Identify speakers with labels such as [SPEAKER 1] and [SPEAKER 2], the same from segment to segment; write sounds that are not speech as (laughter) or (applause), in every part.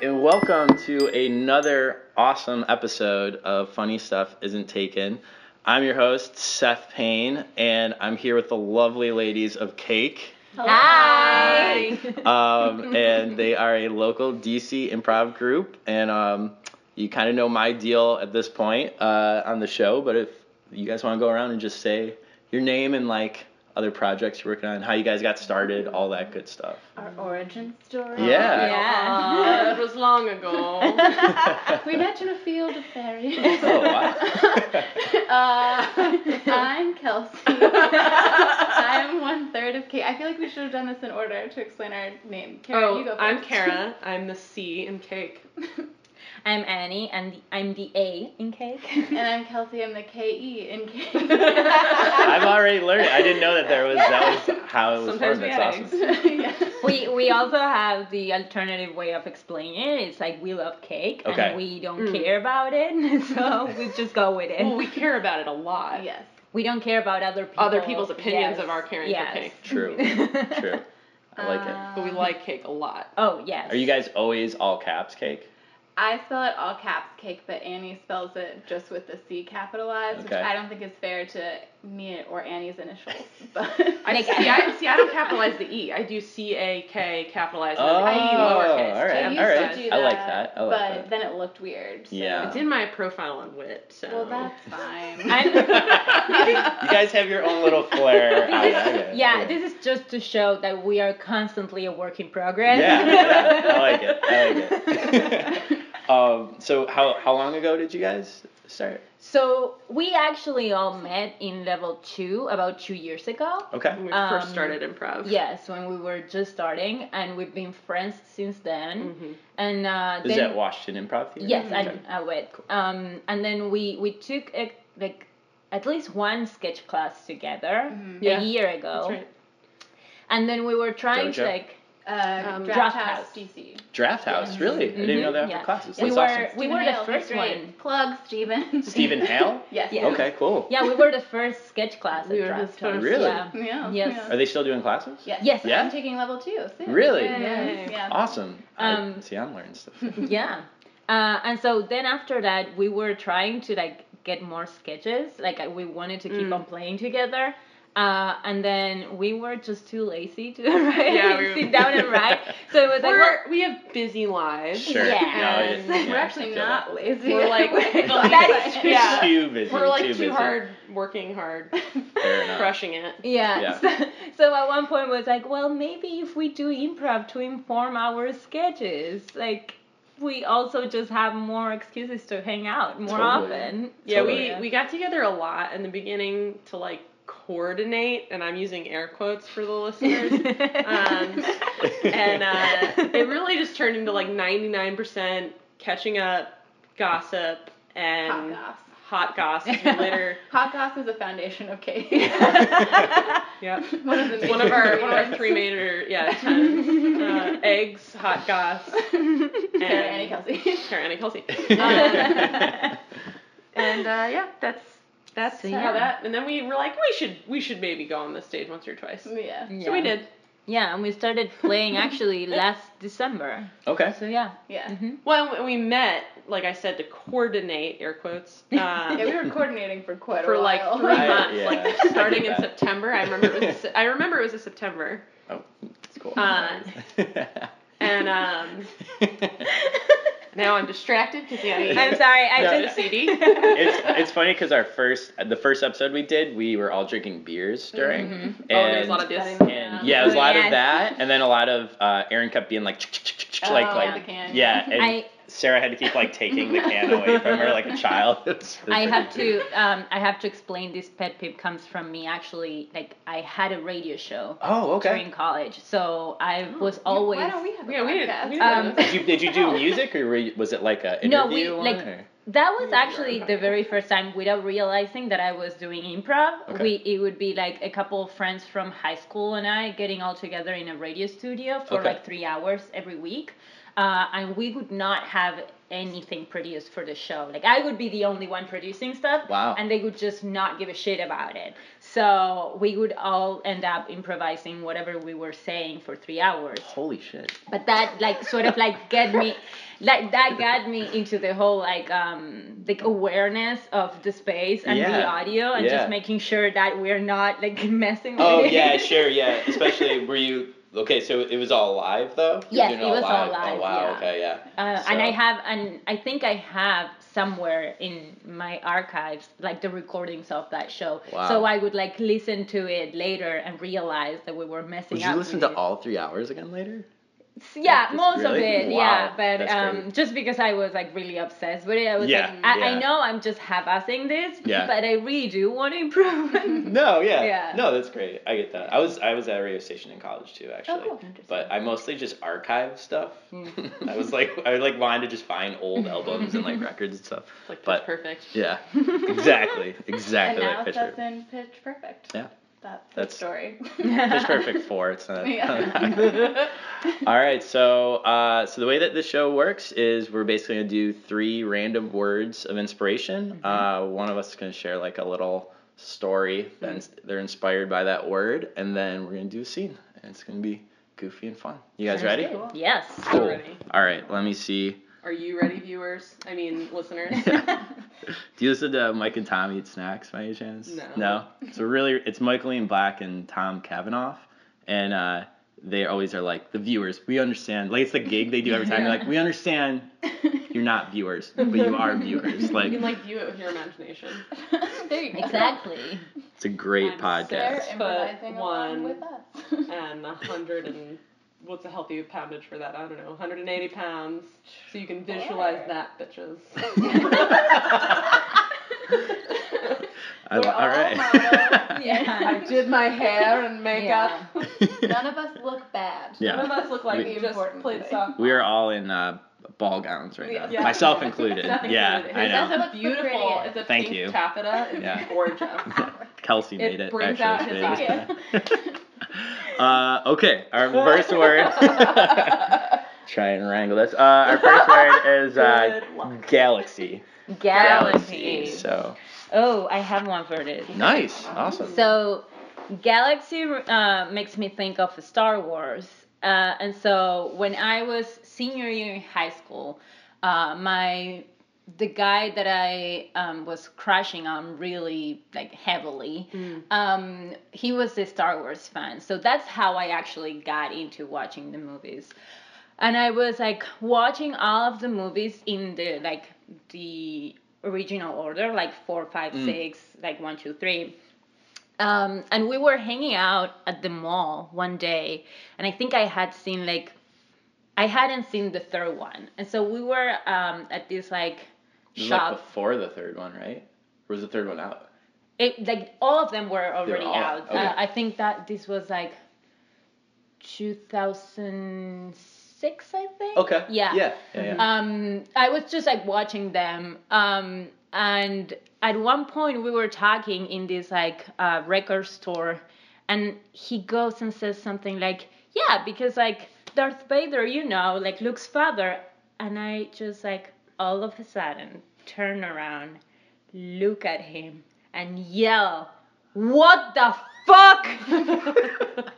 [SPEAKER 1] and welcome to another awesome episode of Funny Stuff Isn't Taken. I'm your host, Seth Payne, and I'm here with the lovely ladies of Cake.
[SPEAKER 2] Hi.
[SPEAKER 3] (laughs)
[SPEAKER 1] Um, and they are a local DC improv group. And um, you kind of know my deal at this point uh, on the show, but if you guys want to go around and just say your name and like other projects you're working on, how you guys got started, all that good stuff.
[SPEAKER 2] Our origin story.
[SPEAKER 1] Yeah.
[SPEAKER 3] Yeah.
[SPEAKER 2] Yeah.
[SPEAKER 3] it was
[SPEAKER 1] (laughs)
[SPEAKER 3] long ago.
[SPEAKER 2] we met in a field of fairies.
[SPEAKER 1] Oh, wow.
[SPEAKER 2] (laughs) uh, I'm
[SPEAKER 3] (laughs)
[SPEAKER 2] Kelsey. I'm one third of Kate. I feel like we should have done this in order to explain our name. Kara, you go
[SPEAKER 3] oh,
[SPEAKER 2] first.
[SPEAKER 3] I'm Kara. I'm the C in cake.
[SPEAKER 4] I'm Annie, and the, I'm the A in
[SPEAKER 3] (laughs)
[SPEAKER 4] cake.
[SPEAKER 2] (laughs) and I'm Kelsey. I'm the K-E in
[SPEAKER 1] (laughs)
[SPEAKER 2] Kate.
[SPEAKER 1] I've already learned. I didn't know that there was that was how it was
[SPEAKER 3] Sometimes
[SPEAKER 1] formed.
[SPEAKER 3] we
[SPEAKER 1] That's
[SPEAKER 3] had
[SPEAKER 1] awesome.
[SPEAKER 2] (laughs) yeah.
[SPEAKER 4] we we also have the alternative way of explaining it. It's like we love cake,
[SPEAKER 1] Okay.
[SPEAKER 4] and we don't
[SPEAKER 3] Mm.
[SPEAKER 4] care about it, (laughs) so we just go with it.
[SPEAKER 3] Well, we care about it a lot.
[SPEAKER 2] Yes.
[SPEAKER 4] We don't care about other people.
[SPEAKER 3] Other people's opinions of our caring for
[SPEAKER 4] yes.
[SPEAKER 3] cake.
[SPEAKER 1] True.
[SPEAKER 4] (laughs)
[SPEAKER 1] True. I like
[SPEAKER 4] Uh,
[SPEAKER 1] it.
[SPEAKER 2] Um,
[SPEAKER 3] But we like cake a lot.
[SPEAKER 4] Oh yes.
[SPEAKER 1] Are you guys always all caps cake?
[SPEAKER 2] I spell it all caps cake, but Annie spells it just with the C capitalized, which
[SPEAKER 1] Okay.
[SPEAKER 2] I don't think is fair to me or
[SPEAKER 1] (laughs)
[SPEAKER 2] Annie's initials. But (laughs)
[SPEAKER 3] I
[SPEAKER 4] Like-
[SPEAKER 3] see. I see. I don't (laughs) capitalize the E. I do C A K capitalized and then E
[SPEAKER 2] Oh,
[SPEAKER 3] lowercase.
[SPEAKER 1] all
[SPEAKER 3] to
[SPEAKER 1] right,
[SPEAKER 2] I used
[SPEAKER 1] all
[SPEAKER 3] emphasize.
[SPEAKER 1] right.
[SPEAKER 2] to do
[SPEAKER 1] I
[SPEAKER 2] that,
[SPEAKER 1] like that, I like
[SPEAKER 2] but
[SPEAKER 1] that.
[SPEAKER 2] then it looked weird. So.
[SPEAKER 1] Yeah.
[SPEAKER 3] It's in my profile on Wit. So.
[SPEAKER 2] Well, that's
[SPEAKER 1] (laughs)
[SPEAKER 2] fine.
[SPEAKER 4] I'm-
[SPEAKER 1] you guys have your own little
[SPEAKER 4] (laughs)
[SPEAKER 1] flair. I- I get it.
[SPEAKER 4] yeah, this is just to show that we are constantly a work in progress.
[SPEAKER 1] Yeah, yeah, I
[SPEAKER 4] (laughs)
[SPEAKER 1] like it. I like it. um, so how how long ago did you guys start?
[SPEAKER 4] so we actually all met in level two about two years ago.
[SPEAKER 1] Okay.
[SPEAKER 3] (laughs) when we
[SPEAKER 4] Um,
[SPEAKER 3] first started improv.
[SPEAKER 4] Yes, when we were just starting, and we've been friends since then.
[SPEAKER 3] Mhm.
[SPEAKER 4] And uh,
[SPEAKER 1] Is
[SPEAKER 4] then
[SPEAKER 1] that Washington Improv Theater?
[SPEAKER 4] yes,
[SPEAKER 1] Okay.
[SPEAKER 3] Mm.
[SPEAKER 4] I, I went. Um, and then we we took a, like at least one sketch class together
[SPEAKER 2] Mhm.
[SPEAKER 3] Yeah.
[SPEAKER 4] a year ago,
[SPEAKER 3] That's right.
[SPEAKER 4] and then we were trying to
[SPEAKER 1] Dojo?
[SPEAKER 4] like
[SPEAKER 2] Uh,
[SPEAKER 3] Um,
[SPEAKER 2] Draft,
[SPEAKER 4] Draft
[SPEAKER 2] House
[SPEAKER 4] House.
[SPEAKER 2] DC.
[SPEAKER 1] Draft House, really? I didn't
[SPEAKER 4] Mhm,
[SPEAKER 1] know they offered
[SPEAKER 4] yeah.
[SPEAKER 1] classes.
[SPEAKER 4] we
[SPEAKER 1] That's
[SPEAKER 4] were
[SPEAKER 1] awesome.
[SPEAKER 4] we
[SPEAKER 2] Stephen
[SPEAKER 4] were
[SPEAKER 2] Hale, he's
[SPEAKER 4] the first
[SPEAKER 2] great.
[SPEAKER 4] one.
[SPEAKER 2] Plug
[SPEAKER 1] (laughs)
[SPEAKER 2] Steven.
[SPEAKER 1] Stephen
[SPEAKER 4] (laughs)
[SPEAKER 1] Hale?
[SPEAKER 2] (laughs) Yes.
[SPEAKER 4] Yeah.
[SPEAKER 1] Okay, cool.
[SPEAKER 4] Yeah, we were the first sketch class.
[SPEAKER 3] We
[SPEAKER 4] at
[SPEAKER 3] were the
[SPEAKER 4] Draft House,
[SPEAKER 3] first,
[SPEAKER 1] Really?
[SPEAKER 4] Yeah.
[SPEAKER 2] Yeah.
[SPEAKER 4] Yes.
[SPEAKER 2] yeah.
[SPEAKER 1] Are they still doing classes?
[SPEAKER 2] Yes.
[SPEAKER 4] Yes.
[SPEAKER 1] Yeah?
[SPEAKER 2] I'm taking level two soon.
[SPEAKER 1] Really?
[SPEAKER 3] Yay.
[SPEAKER 2] Yeah.
[SPEAKER 1] Awesome. I,
[SPEAKER 4] Um,
[SPEAKER 1] see, I'm learning stuff.
[SPEAKER 4] (laughs) yeah uh, and so then after that we were trying to like get more sketches like I- we wanted to keep
[SPEAKER 3] Mm.
[SPEAKER 4] on playing together uh, and then we were just too lazy to (laughs) write
[SPEAKER 3] Yeah, we were-
[SPEAKER 4] sit down and write
[SPEAKER 3] (laughs)
[SPEAKER 1] (laughs)
[SPEAKER 4] so it was like well,
[SPEAKER 3] We're, we have busy lives.
[SPEAKER 1] Sure.
[SPEAKER 4] Yeah.
[SPEAKER 1] No, I- yeah,
[SPEAKER 2] We're actually
[SPEAKER 1] I feel that.
[SPEAKER 2] not lazy.
[SPEAKER 3] We're
[SPEAKER 2] (laughs)
[SPEAKER 3] like-
[SPEAKER 4] That is true.
[SPEAKER 3] Yeah.
[SPEAKER 1] Too busy.
[SPEAKER 3] We're like
[SPEAKER 1] busy.
[SPEAKER 3] too hard, working hard,
[SPEAKER 1] Fair enough.
[SPEAKER 3] crushing it.
[SPEAKER 4] yeah,
[SPEAKER 1] Yeah.
[SPEAKER 4] So, so at one point was like well maybe if we do improv to inform our sketches like we also just have more excuses to hang out more
[SPEAKER 1] Totally.
[SPEAKER 4] often
[SPEAKER 3] Yeah,
[SPEAKER 1] Totally.
[SPEAKER 3] we we got together a lot in the beginning to like coordinate, and I'm using air quotes for the listeners. (laughs) um, and uh, it really just turned into like 99% catching up, gossip,
[SPEAKER 2] Hot
[SPEAKER 3] and
[SPEAKER 2] goss.
[SPEAKER 3] hot gossip (laughs) later.
[SPEAKER 2] Hot goss is the foundation of
[SPEAKER 1] (laughs)
[SPEAKER 2] cake.
[SPEAKER 4] (laughs)
[SPEAKER 3] Yep.
[SPEAKER 2] one of the
[SPEAKER 3] One of our
[SPEAKER 2] major
[SPEAKER 3] one of our three
[SPEAKER 2] (laughs)
[SPEAKER 3] major yeah tenants. uh, eggs, hot (laughs) goss, and
[SPEAKER 2] Sarah, Annie, Kelsey. (laughs)
[SPEAKER 3] Karen and (laughs) Kelsey.
[SPEAKER 1] (laughs)
[SPEAKER 4] Um, (laughs)
[SPEAKER 3] And uh, yeah, that's that's
[SPEAKER 4] So,
[SPEAKER 3] how
[SPEAKER 4] yeah.
[SPEAKER 3] that. And then we were like, we should we should maybe go on the stage once or twice.
[SPEAKER 2] yeah.
[SPEAKER 4] yeah.
[SPEAKER 3] So we did.
[SPEAKER 4] Yeah, and we started playing actually last December.
[SPEAKER 1] okay.
[SPEAKER 4] So yeah.
[SPEAKER 2] Yeah.
[SPEAKER 4] hmm
[SPEAKER 3] Well, and we met, like I said, to coordinate air (laughs) quotes um,
[SPEAKER 2] Yeah, we
[SPEAKER 1] (laughs)
[SPEAKER 2] were coordinating for quite
[SPEAKER 3] for
[SPEAKER 2] a
[SPEAKER 3] like
[SPEAKER 2] while. (laughs)
[SPEAKER 3] three
[SPEAKER 1] I-
[SPEAKER 3] months,
[SPEAKER 1] yeah, I
[SPEAKER 3] like
[SPEAKER 1] get
[SPEAKER 3] (laughs) starting in
[SPEAKER 1] that.
[SPEAKER 3] September. I remember it was. a se- I remember it was a September,
[SPEAKER 1] Oh, it's cool.
[SPEAKER 3] Uh, and um, now I'm distracted because (laughs) yeah,
[SPEAKER 4] I'm sorry. I
[SPEAKER 1] No,
[SPEAKER 3] I
[SPEAKER 4] just
[SPEAKER 3] a (laughs) CD.
[SPEAKER 1] (laughs) it's it's funny because our first the first episode we did we were all drinking beers during
[SPEAKER 4] Mhm.
[SPEAKER 1] and,
[SPEAKER 3] oh, there's a lot of this.
[SPEAKER 2] and-
[SPEAKER 1] and yeah it was a lot of
[SPEAKER 4] Yes.
[SPEAKER 1] that and then a lot of uh, Aaron kept being like (laughs) "Ch- ch- ch- ch- ch," like
[SPEAKER 2] Oh,
[SPEAKER 1] like
[SPEAKER 2] the can. (laughs)
[SPEAKER 1] yeah and
[SPEAKER 4] I
[SPEAKER 1] Sarah had to keep like taking the can away from her like a child. (laughs) It's- it's
[SPEAKER 4] I have
[SPEAKER 1] ridiculous.
[SPEAKER 4] to um I have to explain this pet peeve comes from me actually like I had a radio show
[SPEAKER 1] Oh okay.
[SPEAKER 4] during college so I was always
[SPEAKER 2] Why don't we have a
[SPEAKER 3] Yeah, we didn't-
[SPEAKER 2] podcast?
[SPEAKER 3] we didn't
[SPEAKER 4] Um,
[SPEAKER 1] (laughs) Did you, did you do music or were you, was it like a interview?
[SPEAKER 4] No, we,
[SPEAKER 1] one,
[SPEAKER 4] like-
[SPEAKER 1] or-
[SPEAKER 4] That was
[SPEAKER 3] Yeah,
[SPEAKER 4] actually the
[SPEAKER 3] right.
[SPEAKER 4] very first time without realizing that I was doing improv.
[SPEAKER 1] Okay.
[SPEAKER 4] We it would be like a couple of friends from high school and I getting all together in a radio studio for
[SPEAKER 1] Okay.
[SPEAKER 4] like three hours every week, uh, and we would not have anything produced for the show. Like I would be the only one producing stuff.
[SPEAKER 1] Wow.
[SPEAKER 4] And they would just not give a shit about it. So we would all end up improvising whatever we were saying for three hours.
[SPEAKER 1] Holy shit.
[SPEAKER 4] But that like sort of like get me like that got me into the whole like um like awareness of the space and the
[SPEAKER 1] Yeah.
[SPEAKER 4] audio and
[SPEAKER 1] Yeah.
[SPEAKER 4] just making sure that we're not like (laughs) messing with
[SPEAKER 1] Oh
[SPEAKER 4] it. (laughs)
[SPEAKER 1] yeah, sure, yeah. Especially were you okay? So it was all live though. You were
[SPEAKER 4] Yes,
[SPEAKER 1] doing
[SPEAKER 4] it was all
[SPEAKER 1] Oh
[SPEAKER 4] live,
[SPEAKER 1] wow.
[SPEAKER 4] yeah.
[SPEAKER 1] Okay, yeah.
[SPEAKER 4] Uh, And I
[SPEAKER 1] So-
[SPEAKER 4] have, and I think I have somewhere in my archives like the recordings of that show. So
[SPEAKER 1] Wow.
[SPEAKER 4] I would like listen to it later and realize that we were messing
[SPEAKER 1] Would
[SPEAKER 4] up.
[SPEAKER 1] you listen
[SPEAKER 4] with
[SPEAKER 1] to
[SPEAKER 4] it.
[SPEAKER 1] all three hours again later?
[SPEAKER 4] Yeah,
[SPEAKER 1] Just
[SPEAKER 4] most of
[SPEAKER 1] really?
[SPEAKER 4] it.
[SPEAKER 1] Wow,
[SPEAKER 4] Yeah, but
[SPEAKER 1] that's
[SPEAKER 4] um,
[SPEAKER 1] crazy.
[SPEAKER 4] just because I was like really obsessed with it, I was
[SPEAKER 1] Yeah,
[SPEAKER 4] like, I, I
[SPEAKER 1] yeah.
[SPEAKER 4] know I'm just half-assing this,
[SPEAKER 1] Yeah.
[SPEAKER 4] but I really do want
[SPEAKER 1] (laughs)
[SPEAKER 4] to improve. (laughs)
[SPEAKER 1] No, yeah.
[SPEAKER 4] Yeah.
[SPEAKER 1] No, that's great. I get that. I was I was at a radio station in college
[SPEAKER 4] Oh,
[SPEAKER 1] too, actually. But I mostly just archive stuff.
[SPEAKER 4] Mm.
[SPEAKER 1] I was like I like wanted to just find
[SPEAKER 4] (laughs)
[SPEAKER 1] old albums and like records and stuff.
[SPEAKER 3] It's (laughs) like pitch
[SPEAKER 1] But-
[SPEAKER 3] perfect.
[SPEAKER 1] Yeah. Exactly. Exactly
[SPEAKER 2] and now
[SPEAKER 1] like Pitch
[SPEAKER 2] that's
[SPEAKER 1] Perfect.
[SPEAKER 2] in Pitch Perfect.
[SPEAKER 1] Yeah.
[SPEAKER 2] That's,
[SPEAKER 1] That's-
[SPEAKER 2] the
[SPEAKER 1] (laughs)
[SPEAKER 2] story. (laughs)
[SPEAKER 1] Pitch
[SPEAKER 4] (laughs)
[SPEAKER 1] Perfect four. It's not.
[SPEAKER 2] Yeah.
[SPEAKER 1] (laughs) All right, so uh, so the way that this show works is we're basically gonna do three random words of inspiration. Uh, one of us is gonna share like a little story that ins- they're inspired by that word, and then we're gonna do a scene, and it's gonna be goofy and fun. You guys ready?
[SPEAKER 2] good.
[SPEAKER 4] Yes.
[SPEAKER 3] We're ready.
[SPEAKER 1] All right, let me see.
[SPEAKER 3] Are you ready, viewers? I mean,
[SPEAKER 1] (laughs)
[SPEAKER 3] listeners.
[SPEAKER 1] Do you listen to Mike and Tommy Eat Snacks by any chance?
[SPEAKER 3] No.
[SPEAKER 1] No. So really, it's Michael Ian Black and Tom Kavanaugh, and uh, they always are like the viewers. We understand. Like it's the gig they do every time. They're like, we understand. You're not viewers, but you are
[SPEAKER 3] (laughs)
[SPEAKER 1] viewers.
[SPEAKER 3] you
[SPEAKER 1] Like
[SPEAKER 3] can like view it with your imagination.
[SPEAKER 2] (laughs) there you go.
[SPEAKER 4] Exactly.
[SPEAKER 1] it's a great
[SPEAKER 3] I'm
[SPEAKER 1] podcast.
[SPEAKER 2] They're
[SPEAKER 3] Six foot
[SPEAKER 2] improvising along (laughs)
[SPEAKER 3] one.
[SPEAKER 2] with us.
[SPEAKER 3] And a hundred and what's a healthy poundage for that? I don't know. 180 pounds. So you can visualize
[SPEAKER 2] Sure.
[SPEAKER 3] that, (laughs) bitches.
[SPEAKER 1] I-
[SPEAKER 2] We're
[SPEAKER 1] all (laughs)
[SPEAKER 2] all
[SPEAKER 1] right.
[SPEAKER 4] Yeah.
[SPEAKER 3] did my hair and
[SPEAKER 4] makeup.
[SPEAKER 2] None of us look bad.
[SPEAKER 1] Yeah.
[SPEAKER 3] None of us look like
[SPEAKER 1] We-
[SPEAKER 3] we just
[SPEAKER 2] Important
[SPEAKER 3] played
[SPEAKER 2] thing.
[SPEAKER 3] softball.
[SPEAKER 1] we are all in uh, ball gowns right now,
[SPEAKER 3] (laughs)
[SPEAKER 1] (laughs)
[SPEAKER 3] Yeah.
[SPEAKER 1] myself
[SPEAKER 3] (laughs)
[SPEAKER 1] included.
[SPEAKER 3] Nothing
[SPEAKER 1] Yeah,
[SPEAKER 3] included.
[SPEAKER 1] I
[SPEAKER 3] His
[SPEAKER 1] know.
[SPEAKER 3] is
[SPEAKER 2] That's
[SPEAKER 3] a
[SPEAKER 2] the
[SPEAKER 3] beautiful.
[SPEAKER 2] prettiest.
[SPEAKER 3] It's a
[SPEAKER 1] Thank
[SPEAKER 3] pink
[SPEAKER 1] you.
[SPEAKER 3] taffeta. It's
[SPEAKER 1] Yeah.
[SPEAKER 3] gorgeous.
[SPEAKER 1] Kelsey
[SPEAKER 3] It
[SPEAKER 1] made it.
[SPEAKER 3] brings
[SPEAKER 1] actually,
[SPEAKER 3] out
[SPEAKER 1] it's
[SPEAKER 3] his
[SPEAKER 1] big. (laughs) uh, okay, our
[SPEAKER 4] (laughs)
[SPEAKER 1] first word.
[SPEAKER 3] (laughs)
[SPEAKER 1] Try and wrangle this. Uh, our first word is uh,
[SPEAKER 3] Good luck.
[SPEAKER 1] galaxy.
[SPEAKER 4] Galaxy.
[SPEAKER 1] So
[SPEAKER 4] Oh, I have one for this.
[SPEAKER 1] nice, awesome.
[SPEAKER 4] So, Galaxy uh, makes me think of Star Wars. Uh, and so, when I was senior year in high school, uh, my the guy that I um, was crushing on really like heavily, um, he was a Star Wars fan. So that's how I actually got into watching the movies. And I was like watching all of the movies in the like the original order, like four, five, six,
[SPEAKER 1] Mm.
[SPEAKER 4] like one, two, three. Um, and we were hanging out at the mall one day, and I think I had seen like I hadn't seen the third one, and so we were um, at this like
[SPEAKER 1] This is
[SPEAKER 4] shop.
[SPEAKER 1] like before the third one, right? Or was the third one out?
[SPEAKER 4] It like all of them were already
[SPEAKER 1] all
[SPEAKER 4] out.
[SPEAKER 1] out, okay.
[SPEAKER 4] Uh, I think that this was like 2006, I think.
[SPEAKER 1] Okay.
[SPEAKER 4] Yeah.
[SPEAKER 1] Yeah. Yeah. yeah.
[SPEAKER 4] Um, I was just like watching them. Um, and at one point we were talking in this like uh, record store, and he goes and says something like, "Yeah, because like Darth Vader, you know, like Luke's father," and I just like all of a sudden turn around, look at him, and yell, "What the
[SPEAKER 1] (laughs)
[SPEAKER 4] fuck!" Um, (laughs)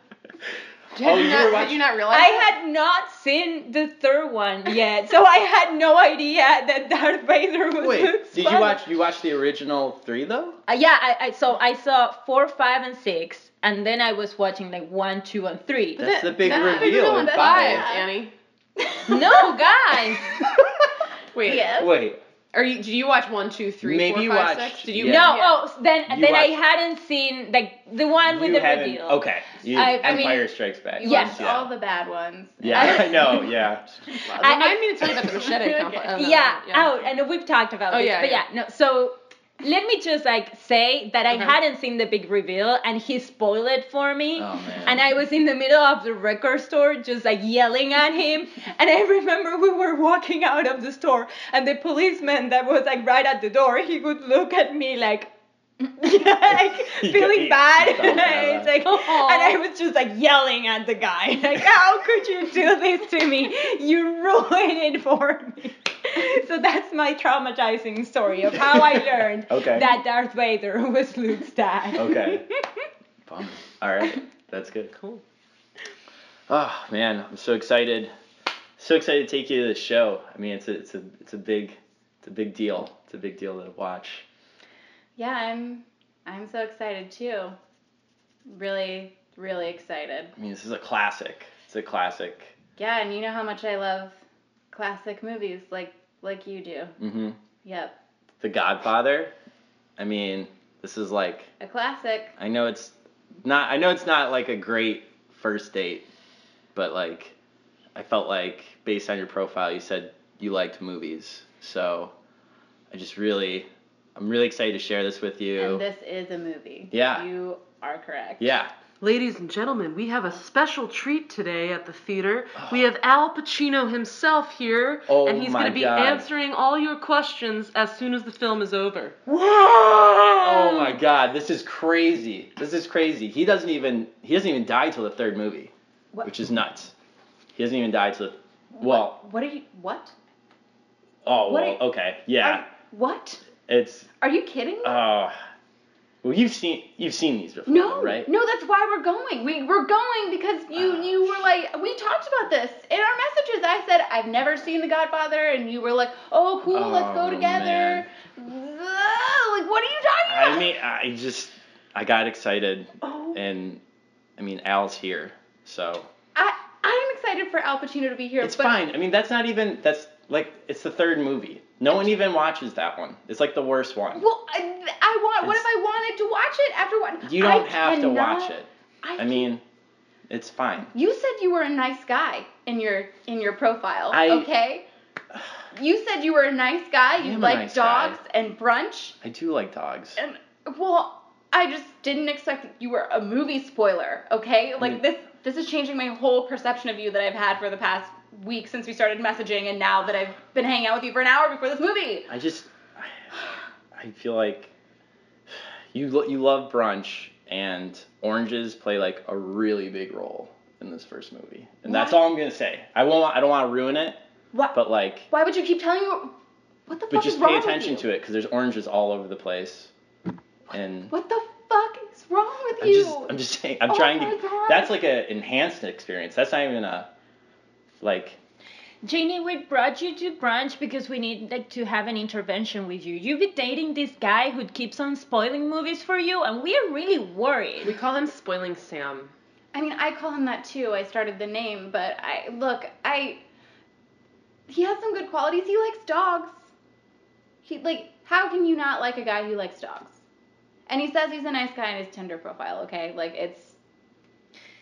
[SPEAKER 1] Oh, you were
[SPEAKER 3] Did you
[SPEAKER 1] watching.
[SPEAKER 3] not realize?
[SPEAKER 4] I had not seen the third one yet, so I had no idea that Darth Vader was.
[SPEAKER 1] Wait,
[SPEAKER 4] Luke's
[SPEAKER 1] did you
[SPEAKER 4] father.
[SPEAKER 1] watch? You watched the original three though?
[SPEAKER 4] Uh, yeah, I, I so I saw four, five, and six, and then I was watching like one, two, and three.
[SPEAKER 1] That's the big
[SPEAKER 2] that-
[SPEAKER 1] reveal in
[SPEAKER 2] that's
[SPEAKER 1] five.
[SPEAKER 2] five.
[SPEAKER 3] Annie.
[SPEAKER 2] (laughs)
[SPEAKER 4] no, guys.
[SPEAKER 3] Wait.
[SPEAKER 2] Yes.
[SPEAKER 1] Wait,
[SPEAKER 3] Are you? Did you watch one, two, three,
[SPEAKER 1] Maybe
[SPEAKER 3] four,
[SPEAKER 1] you
[SPEAKER 3] five,
[SPEAKER 1] watched-
[SPEAKER 3] six? Did you?
[SPEAKER 1] Yeah.
[SPEAKER 4] No,
[SPEAKER 2] Yeah.
[SPEAKER 4] oh, then
[SPEAKER 1] You
[SPEAKER 4] then I
[SPEAKER 1] watched-
[SPEAKER 4] hadn't seen like the one with
[SPEAKER 1] you
[SPEAKER 4] the
[SPEAKER 1] haven't.
[SPEAKER 4] reveal.
[SPEAKER 1] Okay, you,
[SPEAKER 4] I- I mean,
[SPEAKER 1] Empire Strikes Back.
[SPEAKER 2] You
[SPEAKER 4] Yes.
[SPEAKER 2] watched all the bad ones.
[SPEAKER 1] Yeah,
[SPEAKER 4] (laughs)
[SPEAKER 2] (laughs)
[SPEAKER 1] I know. Yeah.
[SPEAKER 3] I,
[SPEAKER 4] I-
[SPEAKER 3] I mean, it's really about the machete. (laughs)
[SPEAKER 2] Okay.
[SPEAKER 3] compli- oh, no,
[SPEAKER 4] yeah,
[SPEAKER 3] no, yeah.
[SPEAKER 4] out, and we've talked about
[SPEAKER 3] Oh,
[SPEAKER 4] this,
[SPEAKER 3] yeah,
[SPEAKER 4] but yeah.
[SPEAKER 3] yeah.
[SPEAKER 4] no. So let me just like say that I
[SPEAKER 3] Okay.
[SPEAKER 4] hadn't seen the big reveal, and he spoiled it for me.
[SPEAKER 1] Oh man.
[SPEAKER 4] And I was in the middle of the record store just like yelling at him. And I remember we were walking out of the store and the policeman that was like right at the door, he would look at me like (laughs) like
[SPEAKER 1] (laughs)
[SPEAKER 4] feeling
[SPEAKER 1] Yeah,
[SPEAKER 4] bad.
[SPEAKER 1] it's
[SPEAKER 4] (laughs)
[SPEAKER 1] all bad.
[SPEAKER 4] it's like and I was just like yelling at (laughs) the guy. Like, how could you do this to me? (laughs) You ruined it for me. so that's my traumatizing story of how
[SPEAKER 1] (laughs)
[SPEAKER 4] I (laughs) learned
[SPEAKER 1] Okay.
[SPEAKER 4] that Darth Vader (laughs) was Luke's dad. (laughs)
[SPEAKER 1] Okay. Bummer. All right. That's good.
[SPEAKER 3] Cool.
[SPEAKER 1] Oh man, I'm so excited. So excited to take you to the show. I mean, it's a, it's a it's a big it's a big deal. It's a big deal to watch.
[SPEAKER 2] Yeah, I'm I'm so excited too. Really, really excited.
[SPEAKER 1] I mean, this is a classic. It's a classic.
[SPEAKER 2] Yeah, and you know how much I love classic movies like like you do.
[SPEAKER 1] hmm
[SPEAKER 2] Yep.
[SPEAKER 1] The Godfather. I mean, this is like
[SPEAKER 2] A classic.
[SPEAKER 1] I know it's not I know it's not like a great first date, but like I felt like based on your profile you said you liked movies. So I just really I'm really excited to share this with you.
[SPEAKER 2] And this is a movie.
[SPEAKER 1] Yeah.
[SPEAKER 2] You are correct.
[SPEAKER 1] yeah.
[SPEAKER 3] Ladies and gentlemen, we have a special treat today at the theater. We have Al Pacino himself here,
[SPEAKER 1] Oh
[SPEAKER 3] and he's
[SPEAKER 1] my
[SPEAKER 3] going to be
[SPEAKER 1] God.
[SPEAKER 3] answering all your questions as soon as the film is over.
[SPEAKER 1] Oh my god, this is crazy. This is crazy. He doesn't even he doesn't even die till the third movie.
[SPEAKER 4] What-
[SPEAKER 1] Which is nuts. He doesn't even die till well,
[SPEAKER 4] What are you? What?
[SPEAKER 1] oh
[SPEAKER 4] What
[SPEAKER 1] well,
[SPEAKER 4] are-
[SPEAKER 1] okay. Yeah.
[SPEAKER 4] What?
[SPEAKER 1] it's
[SPEAKER 4] Are you kidding?
[SPEAKER 1] uh well you've seen you've seen these before,
[SPEAKER 2] No,
[SPEAKER 1] right? Uh.
[SPEAKER 2] no, that's why we're going. We we're going because you you were like we talked about this in our messages. I said I've never seen The Godfather, and you were like, oh cool, let's
[SPEAKER 1] Oh,
[SPEAKER 2] go together. Ugh, like what are you talking about?
[SPEAKER 1] I mean, I just I got excited,
[SPEAKER 2] oh,
[SPEAKER 1] and I mean Al's here, so
[SPEAKER 2] I I'm excited for Al Pacino to be here.
[SPEAKER 1] it's
[SPEAKER 2] but
[SPEAKER 1] fine. I mean, that's not even that's like it's the third movie. No one even watches that one. It's like the worst one.
[SPEAKER 2] Well, I, I want. What if
[SPEAKER 1] It's-
[SPEAKER 2] I wanted to watch it after what?
[SPEAKER 1] you don't
[SPEAKER 2] I
[SPEAKER 1] have to
[SPEAKER 2] cannot-
[SPEAKER 1] watch it.
[SPEAKER 2] I,
[SPEAKER 1] I mean, it's fine. (sighs)
[SPEAKER 2] you said you were a nice guy in your in your profile.
[SPEAKER 1] I-
[SPEAKER 2] okay. You said you were a nice guy.
[SPEAKER 1] am
[SPEAKER 2] You
[SPEAKER 1] a
[SPEAKER 2] like
[SPEAKER 1] nice guy.
[SPEAKER 2] dogs and brunch.
[SPEAKER 1] I do like dogs.
[SPEAKER 2] And well, I just didn't expect that you were a movie spoiler. Okay, like
[SPEAKER 1] Mm.
[SPEAKER 2] this this is changing my whole perception of you that I've had for the past week since we started messaging, and now that I've been hanging out with you for an hour before this movie.
[SPEAKER 1] I just I feel like you lo- you love brunch and oranges play like a really big role in this first movie. And that's
[SPEAKER 2] Why-
[SPEAKER 1] all I'm going to say. I won't I don't want to ruin it,
[SPEAKER 2] What?
[SPEAKER 1] but like
[SPEAKER 2] Why would you keep telling you? What the
[SPEAKER 1] but
[SPEAKER 2] fuck
[SPEAKER 1] just
[SPEAKER 2] is wrong
[SPEAKER 1] pay attention
[SPEAKER 2] with you?
[SPEAKER 1] to it cuz there's oranges all over the place. And
[SPEAKER 2] What the fuck is wrong with
[SPEAKER 1] I'm
[SPEAKER 2] you?
[SPEAKER 1] just I'm just saying I'm
[SPEAKER 2] Oh
[SPEAKER 1] trying
[SPEAKER 2] my
[SPEAKER 1] to
[SPEAKER 2] God.
[SPEAKER 1] That's like a enhanced experience. That's not even a like
[SPEAKER 4] Janie, we brought you to brunch because we need like, to have an intervention with you. You've been dating this guy who keeps on spoiling movies for you, and we are really
[SPEAKER 3] We
[SPEAKER 4] worried.
[SPEAKER 3] call him Spoiling Sam.
[SPEAKER 2] I mean, I call him that too. I started the name, but I look, I he has some good qualities. He likes dogs. He like how can you not like a guy who likes dogs? And he says he's a nice guy in his Tinder profile, okay? Like it's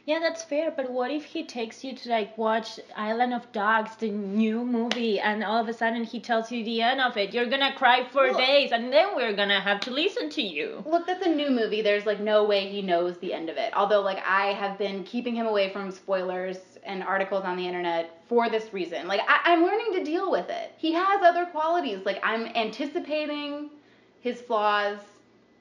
[SPEAKER 4] Yeah, that's fair, but what if he takes you to like watch Island of Dogs, the new movie, and all of a sudden he tells you the end of it? You're gonna cry for
[SPEAKER 2] Well-
[SPEAKER 4] days, and then we're gonna have to listen to you.
[SPEAKER 2] look, that's a new movie. There's like no way he knows the end of it. Although like I have been keeping him away from spoilers and articles on the internet for this reason. Like I, I'm learning to deal with it. He has other qualities. Like I'm anticipating his flaws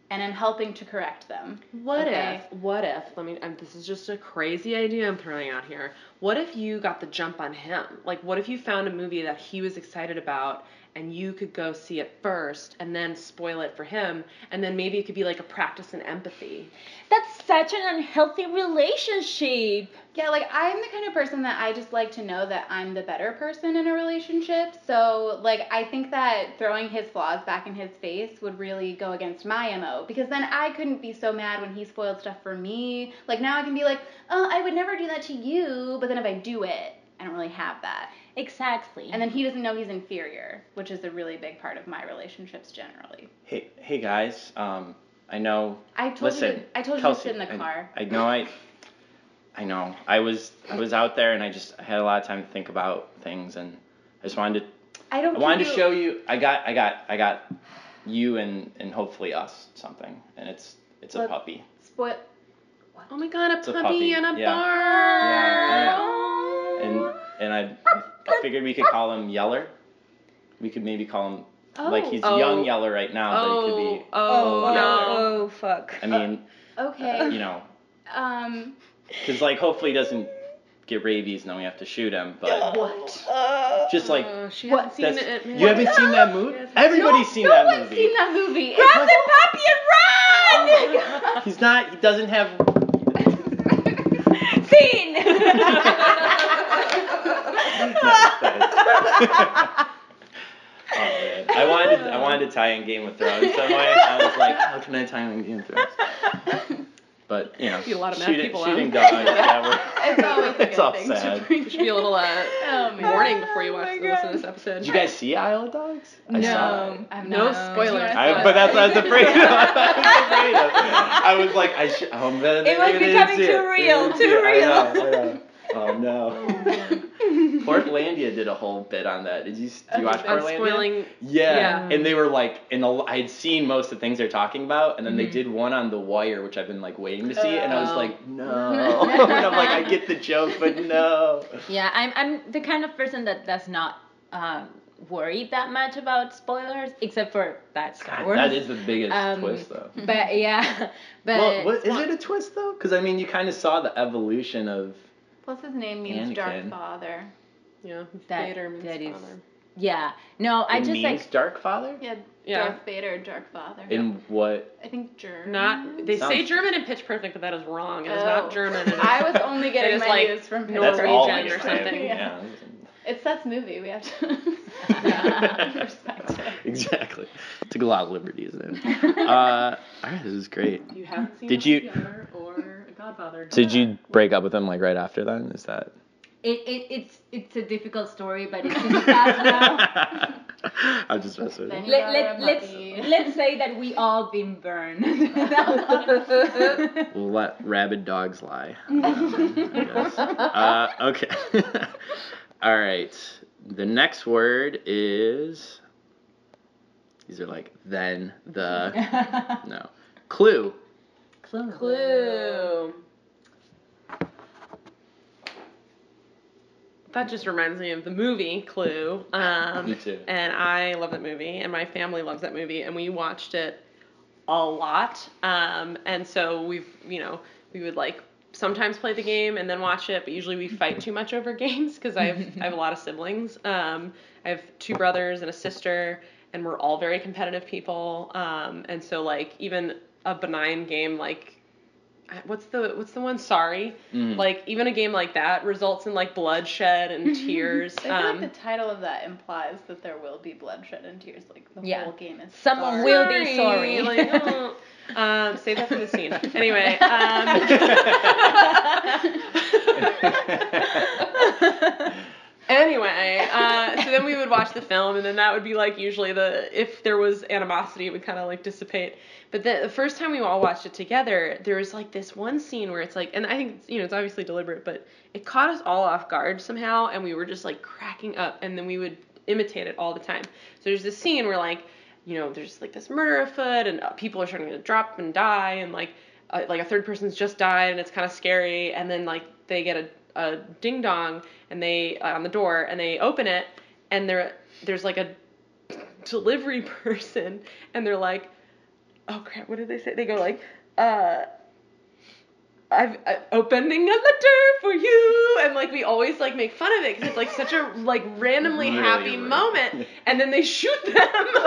[SPEAKER 2] and I'm helping to correct them.
[SPEAKER 3] What
[SPEAKER 2] Okay.
[SPEAKER 3] if? What if? Let me. I'm, this is just a crazy idea I'm throwing out here. What if you got the jump on him? Like, what if you found a movie that he was excited about, and you could go see it first, and then spoil it for him, and then maybe it could be like a practice in empathy.
[SPEAKER 4] That's such an unhealthy relationship.
[SPEAKER 2] Yeah, like I'm the kind of person that I just like to know that I'm the better person in a relationship. So, like, I think that throwing his flaws back in his face would really go against my MO because then I couldn't be so mad when he spoiled stuff for me. Like, now I can be like, oh, I would never do that to you. But then if I do it, I don't really have that.
[SPEAKER 4] Exactly.
[SPEAKER 2] And then he doesn't know he's inferior, which is a really big part of my relationships generally.
[SPEAKER 1] hey hey guys, um I know
[SPEAKER 2] I told you,
[SPEAKER 1] Listen,
[SPEAKER 2] to, I told
[SPEAKER 1] Kelsey,
[SPEAKER 2] you to sit in the
[SPEAKER 1] I-
[SPEAKER 2] car.
[SPEAKER 1] I, know I, I know I was I was out there and I just I had a lot of time to think about things and I just wanted to
[SPEAKER 2] I, don't.
[SPEAKER 1] I wanted
[SPEAKER 2] think
[SPEAKER 1] to
[SPEAKER 2] you-
[SPEAKER 1] show you I got I got I got you and and hopefully us something and it's it's a
[SPEAKER 2] Look.
[SPEAKER 1] puppy.
[SPEAKER 2] Spoil.
[SPEAKER 3] Oh my God, a,
[SPEAKER 1] It's a
[SPEAKER 3] puppy,
[SPEAKER 1] puppy,
[SPEAKER 3] and a
[SPEAKER 1] yeah.
[SPEAKER 3] barn.
[SPEAKER 1] Yeah, I
[SPEAKER 3] Oh.
[SPEAKER 1] And and I I figured we could call him Yeller. We could maybe call him like he's
[SPEAKER 3] Oh.
[SPEAKER 1] young Yeller right now, but he could
[SPEAKER 3] oh,
[SPEAKER 1] be.
[SPEAKER 3] oh,
[SPEAKER 1] Oh,
[SPEAKER 3] no.
[SPEAKER 4] oh, fuck.
[SPEAKER 1] I mean,
[SPEAKER 2] oh, Okay.
[SPEAKER 1] you know,
[SPEAKER 2] Um.
[SPEAKER 1] because like hopefully he doesn't get rabies and then we have to shoot him. But
[SPEAKER 2] What?
[SPEAKER 1] just like
[SPEAKER 3] Oh, she
[SPEAKER 2] What?
[SPEAKER 3] hasn't seen
[SPEAKER 1] That's-
[SPEAKER 3] it.
[SPEAKER 1] you haven't seen that movie.
[SPEAKER 3] Yes.
[SPEAKER 1] Everybody's seen
[SPEAKER 2] no
[SPEAKER 1] that
[SPEAKER 2] one's
[SPEAKER 1] movie.
[SPEAKER 2] seen that movie. Oh (laughs)
[SPEAKER 4] Grab the puppy and run!
[SPEAKER 1] Oh, He's not. He doesn't have.
[SPEAKER 4] Scene.
[SPEAKER 1] (laughs) Oh, man. I wanted. I wanted to tie in Game of Thrones in some way. I was like, how can I tie in Game of Thrones? But you know,
[SPEAKER 3] Be a lot of mad
[SPEAKER 1] shooting,
[SPEAKER 3] people out.
[SPEAKER 1] shooting dogs.
[SPEAKER 4] (laughs)
[SPEAKER 1] that were-
[SPEAKER 3] (laughs)
[SPEAKER 2] It's always a
[SPEAKER 1] it's
[SPEAKER 2] good
[SPEAKER 1] all
[SPEAKER 2] thing to
[SPEAKER 1] sad.
[SPEAKER 2] bring
[SPEAKER 3] Should be a
[SPEAKER 1] (laughs)
[SPEAKER 3] little uh, (laughs)
[SPEAKER 2] Oh, man.
[SPEAKER 3] warning before you watch
[SPEAKER 4] Oh my
[SPEAKER 3] the listen to this
[SPEAKER 4] God.
[SPEAKER 3] episode.
[SPEAKER 1] Did you guys see Isle of Dogs? I saw it.
[SPEAKER 2] No, I'm
[SPEAKER 3] No
[SPEAKER 2] not.
[SPEAKER 3] spoilers.
[SPEAKER 2] Do you wanna
[SPEAKER 1] I,
[SPEAKER 2] spoil
[SPEAKER 1] but that's what I was
[SPEAKER 2] it?
[SPEAKER 1] afraid of. (laughs) I was afraid of. I was like, I should. Oh, man,
[SPEAKER 4] It was
[SPEAKER 1] maybe they didn't
[SPEAKER 4] becoming
[SPEAKER 1] see
[SPEAKER 4] too
[SPEAKER 1] it. Maybe they
[SPEAKER 4] real,
[SPEAKER 1] didn't see
[SPEAKER 4] too
[SPEAKER 1] it. I
[SPEAKER 4] real.
[SPEAKER 1] know, I know. Oh
[SPEAKER 2] (laughs)
[SPEAKER 1] no. Portlandia did a whole bit on that. Did you, do you watch
[SPEAKER 2] Okay,
[SPEAKER 3] I'm
[SPEAKER 1] Portlandia?
[SPEAKER 3] spoiling.
[SPEAKER 1] Yeah.
[SPEAKER 3] Yeah.
[SPEAKER 1] and they were like, and I had seen most of the things they're talking about, and then they did one on The Wire, which I've been like waiting to see, and I was
[SPEAKER 3] Oh.
[SPEAKER 1] like, no, and I'm like, I get the joke, but no.
[SPEAKER 4] Yeah, I'm I'm the kind of person that does not um, worry that much about spoilers, except for that Star
[SPEAKER 1] God,
[SPEAKER 4] Wars.
[SPEAKER 1] that is the biggest
[SPEAKER 4] Um,
[SPEAKER 1] twist, though.
[SPEAKER 4] (laughs) But yeah,
[SPEAKER 1] (laughs)
[SPEAKER 4] but
[SPEAKER 1] Well, what, is it a twist though? Because I mean, you kind of saw the evolution of
[SPEAKER 2] What's his name means dark
[SPEAKER 1] Anakin.
[SPEAKER 2] father.
[SPEAKER 3] Yeah,
[SPEAKER 4] That-
[SPEAKER 3] Vader means
[SPEAKER 4] that is-
[SPEAKER 3] father.
[SPEAKER 4] yeah. No, I
[SPEAKER 1] it
[SPEAKER 4] just
[SPEAKER 1] means
[SPEAKER 4] like
[SPEAKER 1] Dark Father.
[SPEAKER 2] Yeah,
[SPEAKER 3] Yeah.
[SPEAKER 2] Darth Vader, dark father.
[SPEAKER 1] In what?
[SPEAKER 2] I think Mm. German.
[SPEAKER 3] Not they say
[SPEAKER 1] Sounds-
[SPEAKER 3] German in Pitch Perfect, but that is wrong. It is
[SPEAKER 2] Oh.
[SPEAKER 3] not German. It is
[SPEAKER 2] I was only getting
[SPEAKER 3] is
[SPEAKER 2] my
[SPEAKER 3] like
[SPEAKER 2] news from
[SPEAKER 3] That's
[SPEAKER 2] Pittsburgh.
[SPEAKER 3] all I
[SPEAKER 1] they
[SPEAKER 3] or
[SPEAKER 1] say.
[SPEAKER 2] (laughs)
[SPEAKER 3] something.
[SPEAKER 1] Yeah.
[SPEAKER 2] It's Seth's movie. We have to respect it.
[SPEAKER 1] (laughs) exactly. Took a lot of liberties then.
[SPEAKER 4] (laughs)
[SPEAKER 1] Uh, all right, this is great.
[SPEAKER 5] You haven't seen
[SPEAKER 1] Did
[SPEAKER 5] The
[SPEAKER 1] you-
[SPEAKER 5] Godfather or Godfather.
[SPEAKER 1] So did you break up with him like right after then? Is that?
[SPEAKER 4] it, it it's it's a difficult story, but it's in the past now.
[SPEAKER 1] (laughs) I'm just messing with
[SPEAKER 2] Then
[SPEAKER 1] you.
[SPEAKER 2] you
[SPEAKER 4] Let,
[SPEAKER 2] are
[SPEAKER 4] let,
[SPEAKER 2] a
[SPEAKER 4] let's,
[SPEAKER 2] puppy.
[SPEAKER 4] let's say that we all been (laughs) burned.
[SPEAKER 1] We'll let rabid dogs lie. I guess. Uh, okay. (laughs) All right. The next word is. These are like then
[SPEAKER 4] (laughs)
[SPEAKER 1] the no clue.
[SPEAKER 4] Clue.
[SPEAKER 3] Clue. That just reminds me of the movie Clue. Um,
[SPEAKER 1] (laughs) Me too.
[SPEAKER 3] And I love that movie, and my family loves that movie, and we watched it a lot. Um, and so we've, you know, we would like sometimes play the game and then watch it, but usually we fight too much over (laughs) games because I have I have a lot of siblings. Um, I have two brothers and a sister, and we're all very competitive people. Um, and so like even a benign game like I- what's the what's the one sorry
[SPEAKER 2] Hmm.
[SPEAKER 1] Mhm. (laughs)
[SPEAKER 3] like even a game like that results in like bloodshed
[SPEAKER 2] (laughs)
[SPEAKER 3] and tears
[SPEAKER 2] I feel
[SPEAKER 3] um
[SPEAKER 2] like the title of that implies that there will be bloodshed and tears. Like the
[SPEAKER 4] Yeah.
[SPEAKER 2] whole game is.
[SPEAKER 4] Someone
[SPEAKER 2] dark.
[SPEAKER 4] will be sorry. (laughs)
[SPEAKER 3] like, oh. um save that for the scene anyway
[SPEAKER 4] (laughs)
[SPEAKER 3] um Anyway, uh, so then we would watch the film, and then that would be like usually the if there was animosity, it would kind of like dissipate. But the, the first time we all watched it together, there was like this one scene where it's like, and I think it's, you know it's obviously deliberate, but it caught us all off guard somehow, and we were just like cracking up, and then we would imitate it all the time. So there's this scene where like, you know, there's like this murder afoot, and uh, people are starting to drop and die, and like uh, like a third person's just died and it's kind of scary and then like they get a, a ding dong and they uh, on the door and they open it and there there's like a delivery (laughs) person and they're like oh crap what did they say they go like uh I've, i opening a letter for you, and like we always like make fun of it because it's like such a like randomly
[SPEAKER 1] Really
[SPEAKER 3] happy
[SPEAKER 1] rude. (laughs)
[SPEAKER 3] moment, and then they shoot them, and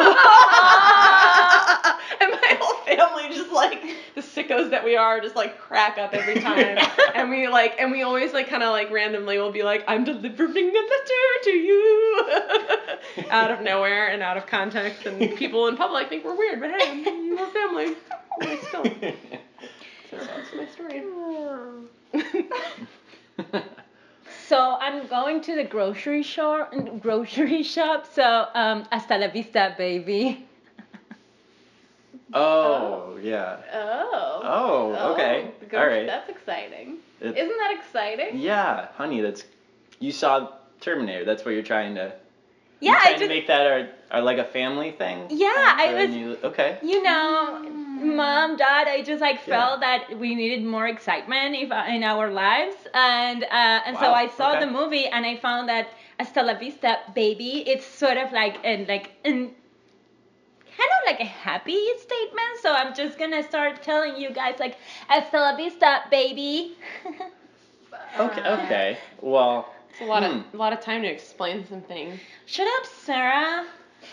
[SPEAKER 3] my whole family just like the sickos that we are just like crack up every
[SPEAKER 1] (laughs)
[SPEAKER 3] time, and we like and we always like kind of like randomly will be like I'm delivering a letter to you, (laughs) out of nowhere and out of context, and people in public think we're weird, but hey, we're family. We're still. So that's my
[SPEAKER 1] (laughs)
[SPEAKER 3] story.
[SPEAKER 4] (laughs) So I'm going to the grocery shop. Grocery shop. So um, hasta la vista, baby.
[SPEAKER 1] oh yeah.
[SPEAKER 2] Oh.
[SPEAKER 1] Oh, okay.
[SPEAKER 2] Oh, gosh,
[SPEAKER 1] All right.
[SPEAKER 2] That's exciting.
[SPEAKER 1] It-
[SPEAKER 2] Isn't that exciting?
[SPEAKER 1] yeah, honey, that's you saw Terminator. That's what you're trying to.
[SPEAKER 4] Yeah,
[SPEAKER 1] you're
[SPEAKER 4] I
[SPEAKER 1] trying to
[SPEAKER 4] just-
[SPEAKER 1] make that our, our like a family thing.
[SPEAKER 4] Yeah,
[SPEAKER 1] Or
[SPEAKER 4] I
[SPEAKER 1] a
[SPEAKER 4] was.
[SPEAKER 1] new- okay.
[SPEAKER 4] You know, mom, dad. I just like felt that we needed more excitement if, in our lives, and uh, and so
[SPEAKER 1] Wow,
[SPEAKER 4] I saw
[SPEAKER 1] okay.
[SPEAKER 4] the movie and I found that hasta la vista, baby. It's sort of like and like and kind of like a happy statement. So I'm just gonna start telling you guys like hasta la vista, baby.
[SPEAKER 1] Okay. Okay. Well.
[SPEAKER 3] It's a lot of
[SPEAKER 1] Hmm.
[SPEAKER 3] a lot of time to explain something.
[SPEAKER 4] (laughs) Shut up, Sarah.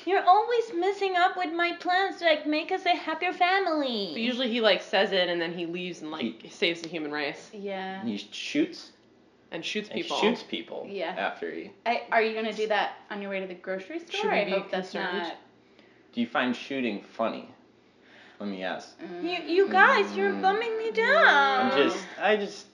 [SPEAKER 4] You're always messing up with my plans to like make us a happier family.
[SPEAKER 3] But usually he like says it and then he leaves and like saves the human race
[SPEAKER 2] Yeah.
[SPEAKER 1] He shoots.
[SPEAKER 3] and shoots
[SPEAKER 1] He
[SPEAKER 3] people.
[SPEAKER 1] shoots people.
[SPEAKER 2] Yeah.
[SPEAKER 1] After he.
[SPEAKER 2] I, are you gonna do that on your way to the grocery store?
[SPEAKER 3] Should we
[SPEAKER 2] I
[SPEAKER 3] be
[SPEAKER 2] hope that's
[SPEAKER 3] concerned?
[SPEAKER 2] not.
[SPEAKER 1] Do you find shooting funny? Let me ask.
[SPEAKER 2] uh,
[SPEAKER 4] you, you guys, you're
[SPEAKER 1] Mm.
[SPEAKER 4] bumming me down.
[SPEAKER 1] I'm just. I just.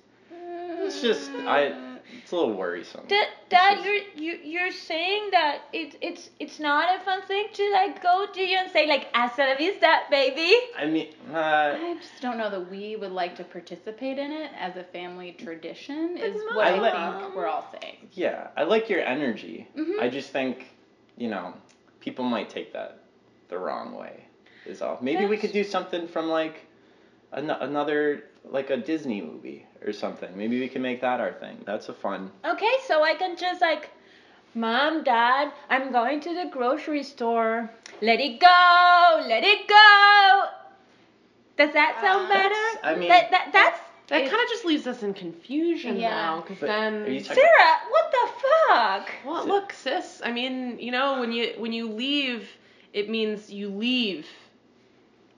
[SPEAKER 1] It's just. I. It's a little worrisome.
[SPEAKER 4] Da-
[SPEAKER 1] It's
[SPEAKER 4] Dad,
[SPEAKER 1] just-
[SPEAKER 4] you're you, you're saying that it's it's it's not a fun thing to like go to you and say like hasta la vista, baby.
[SPEAKER 1] I mean. Uh,
[SPEAKER 2] I just don't know that we would like to participate in it as a family tradition. Is
[SPEAKER 4] But
[SPEAKER 2] what I,
[SPEAKER 1] Mom-
[SPEAKER 2] think we're all saying.
[SPEAKER 1] yeah. I like your energy.
[SPEAKER 2] Mhm.
[SPEAKER 1] I just think, you know, people might take that the wrong way. Is all. Maybe we
[SPEAKER 4] That's-
[SPEAKER 1] could do something from like, an- another like a Disney movie or something. Maybe we can make that our thing. That's a fun.
[SPEAKER 4] Okay, so I can just like, mom, dad, I'm going to the grocery store. Let it go, let it go. Does that sound
[SPEAKER 1] Ah,
[SPEAKER 2] Uh,
[SPEAKER 1] that's-
[SPEAKER 4] better?
[SPEAKER 1] I mean-
[SPEAKER 4] that, that that's
[SPEAKER 3] That
[SPEAKER 2] It-
[SPEAKER 3] kind of just leaves us in confusion
[SPEAKER 2] Yeah.
[SPEAKER 3] now, because
[SPEAKER 1] But
[SPEAKER 3] then.
[SPEAKER 1] are you talking-
[SPEAKER 4] Sarah. What the fuck?
[SPEAKER 3] Well, look, sis. I mean, you know, when you when you leave, it means you leave.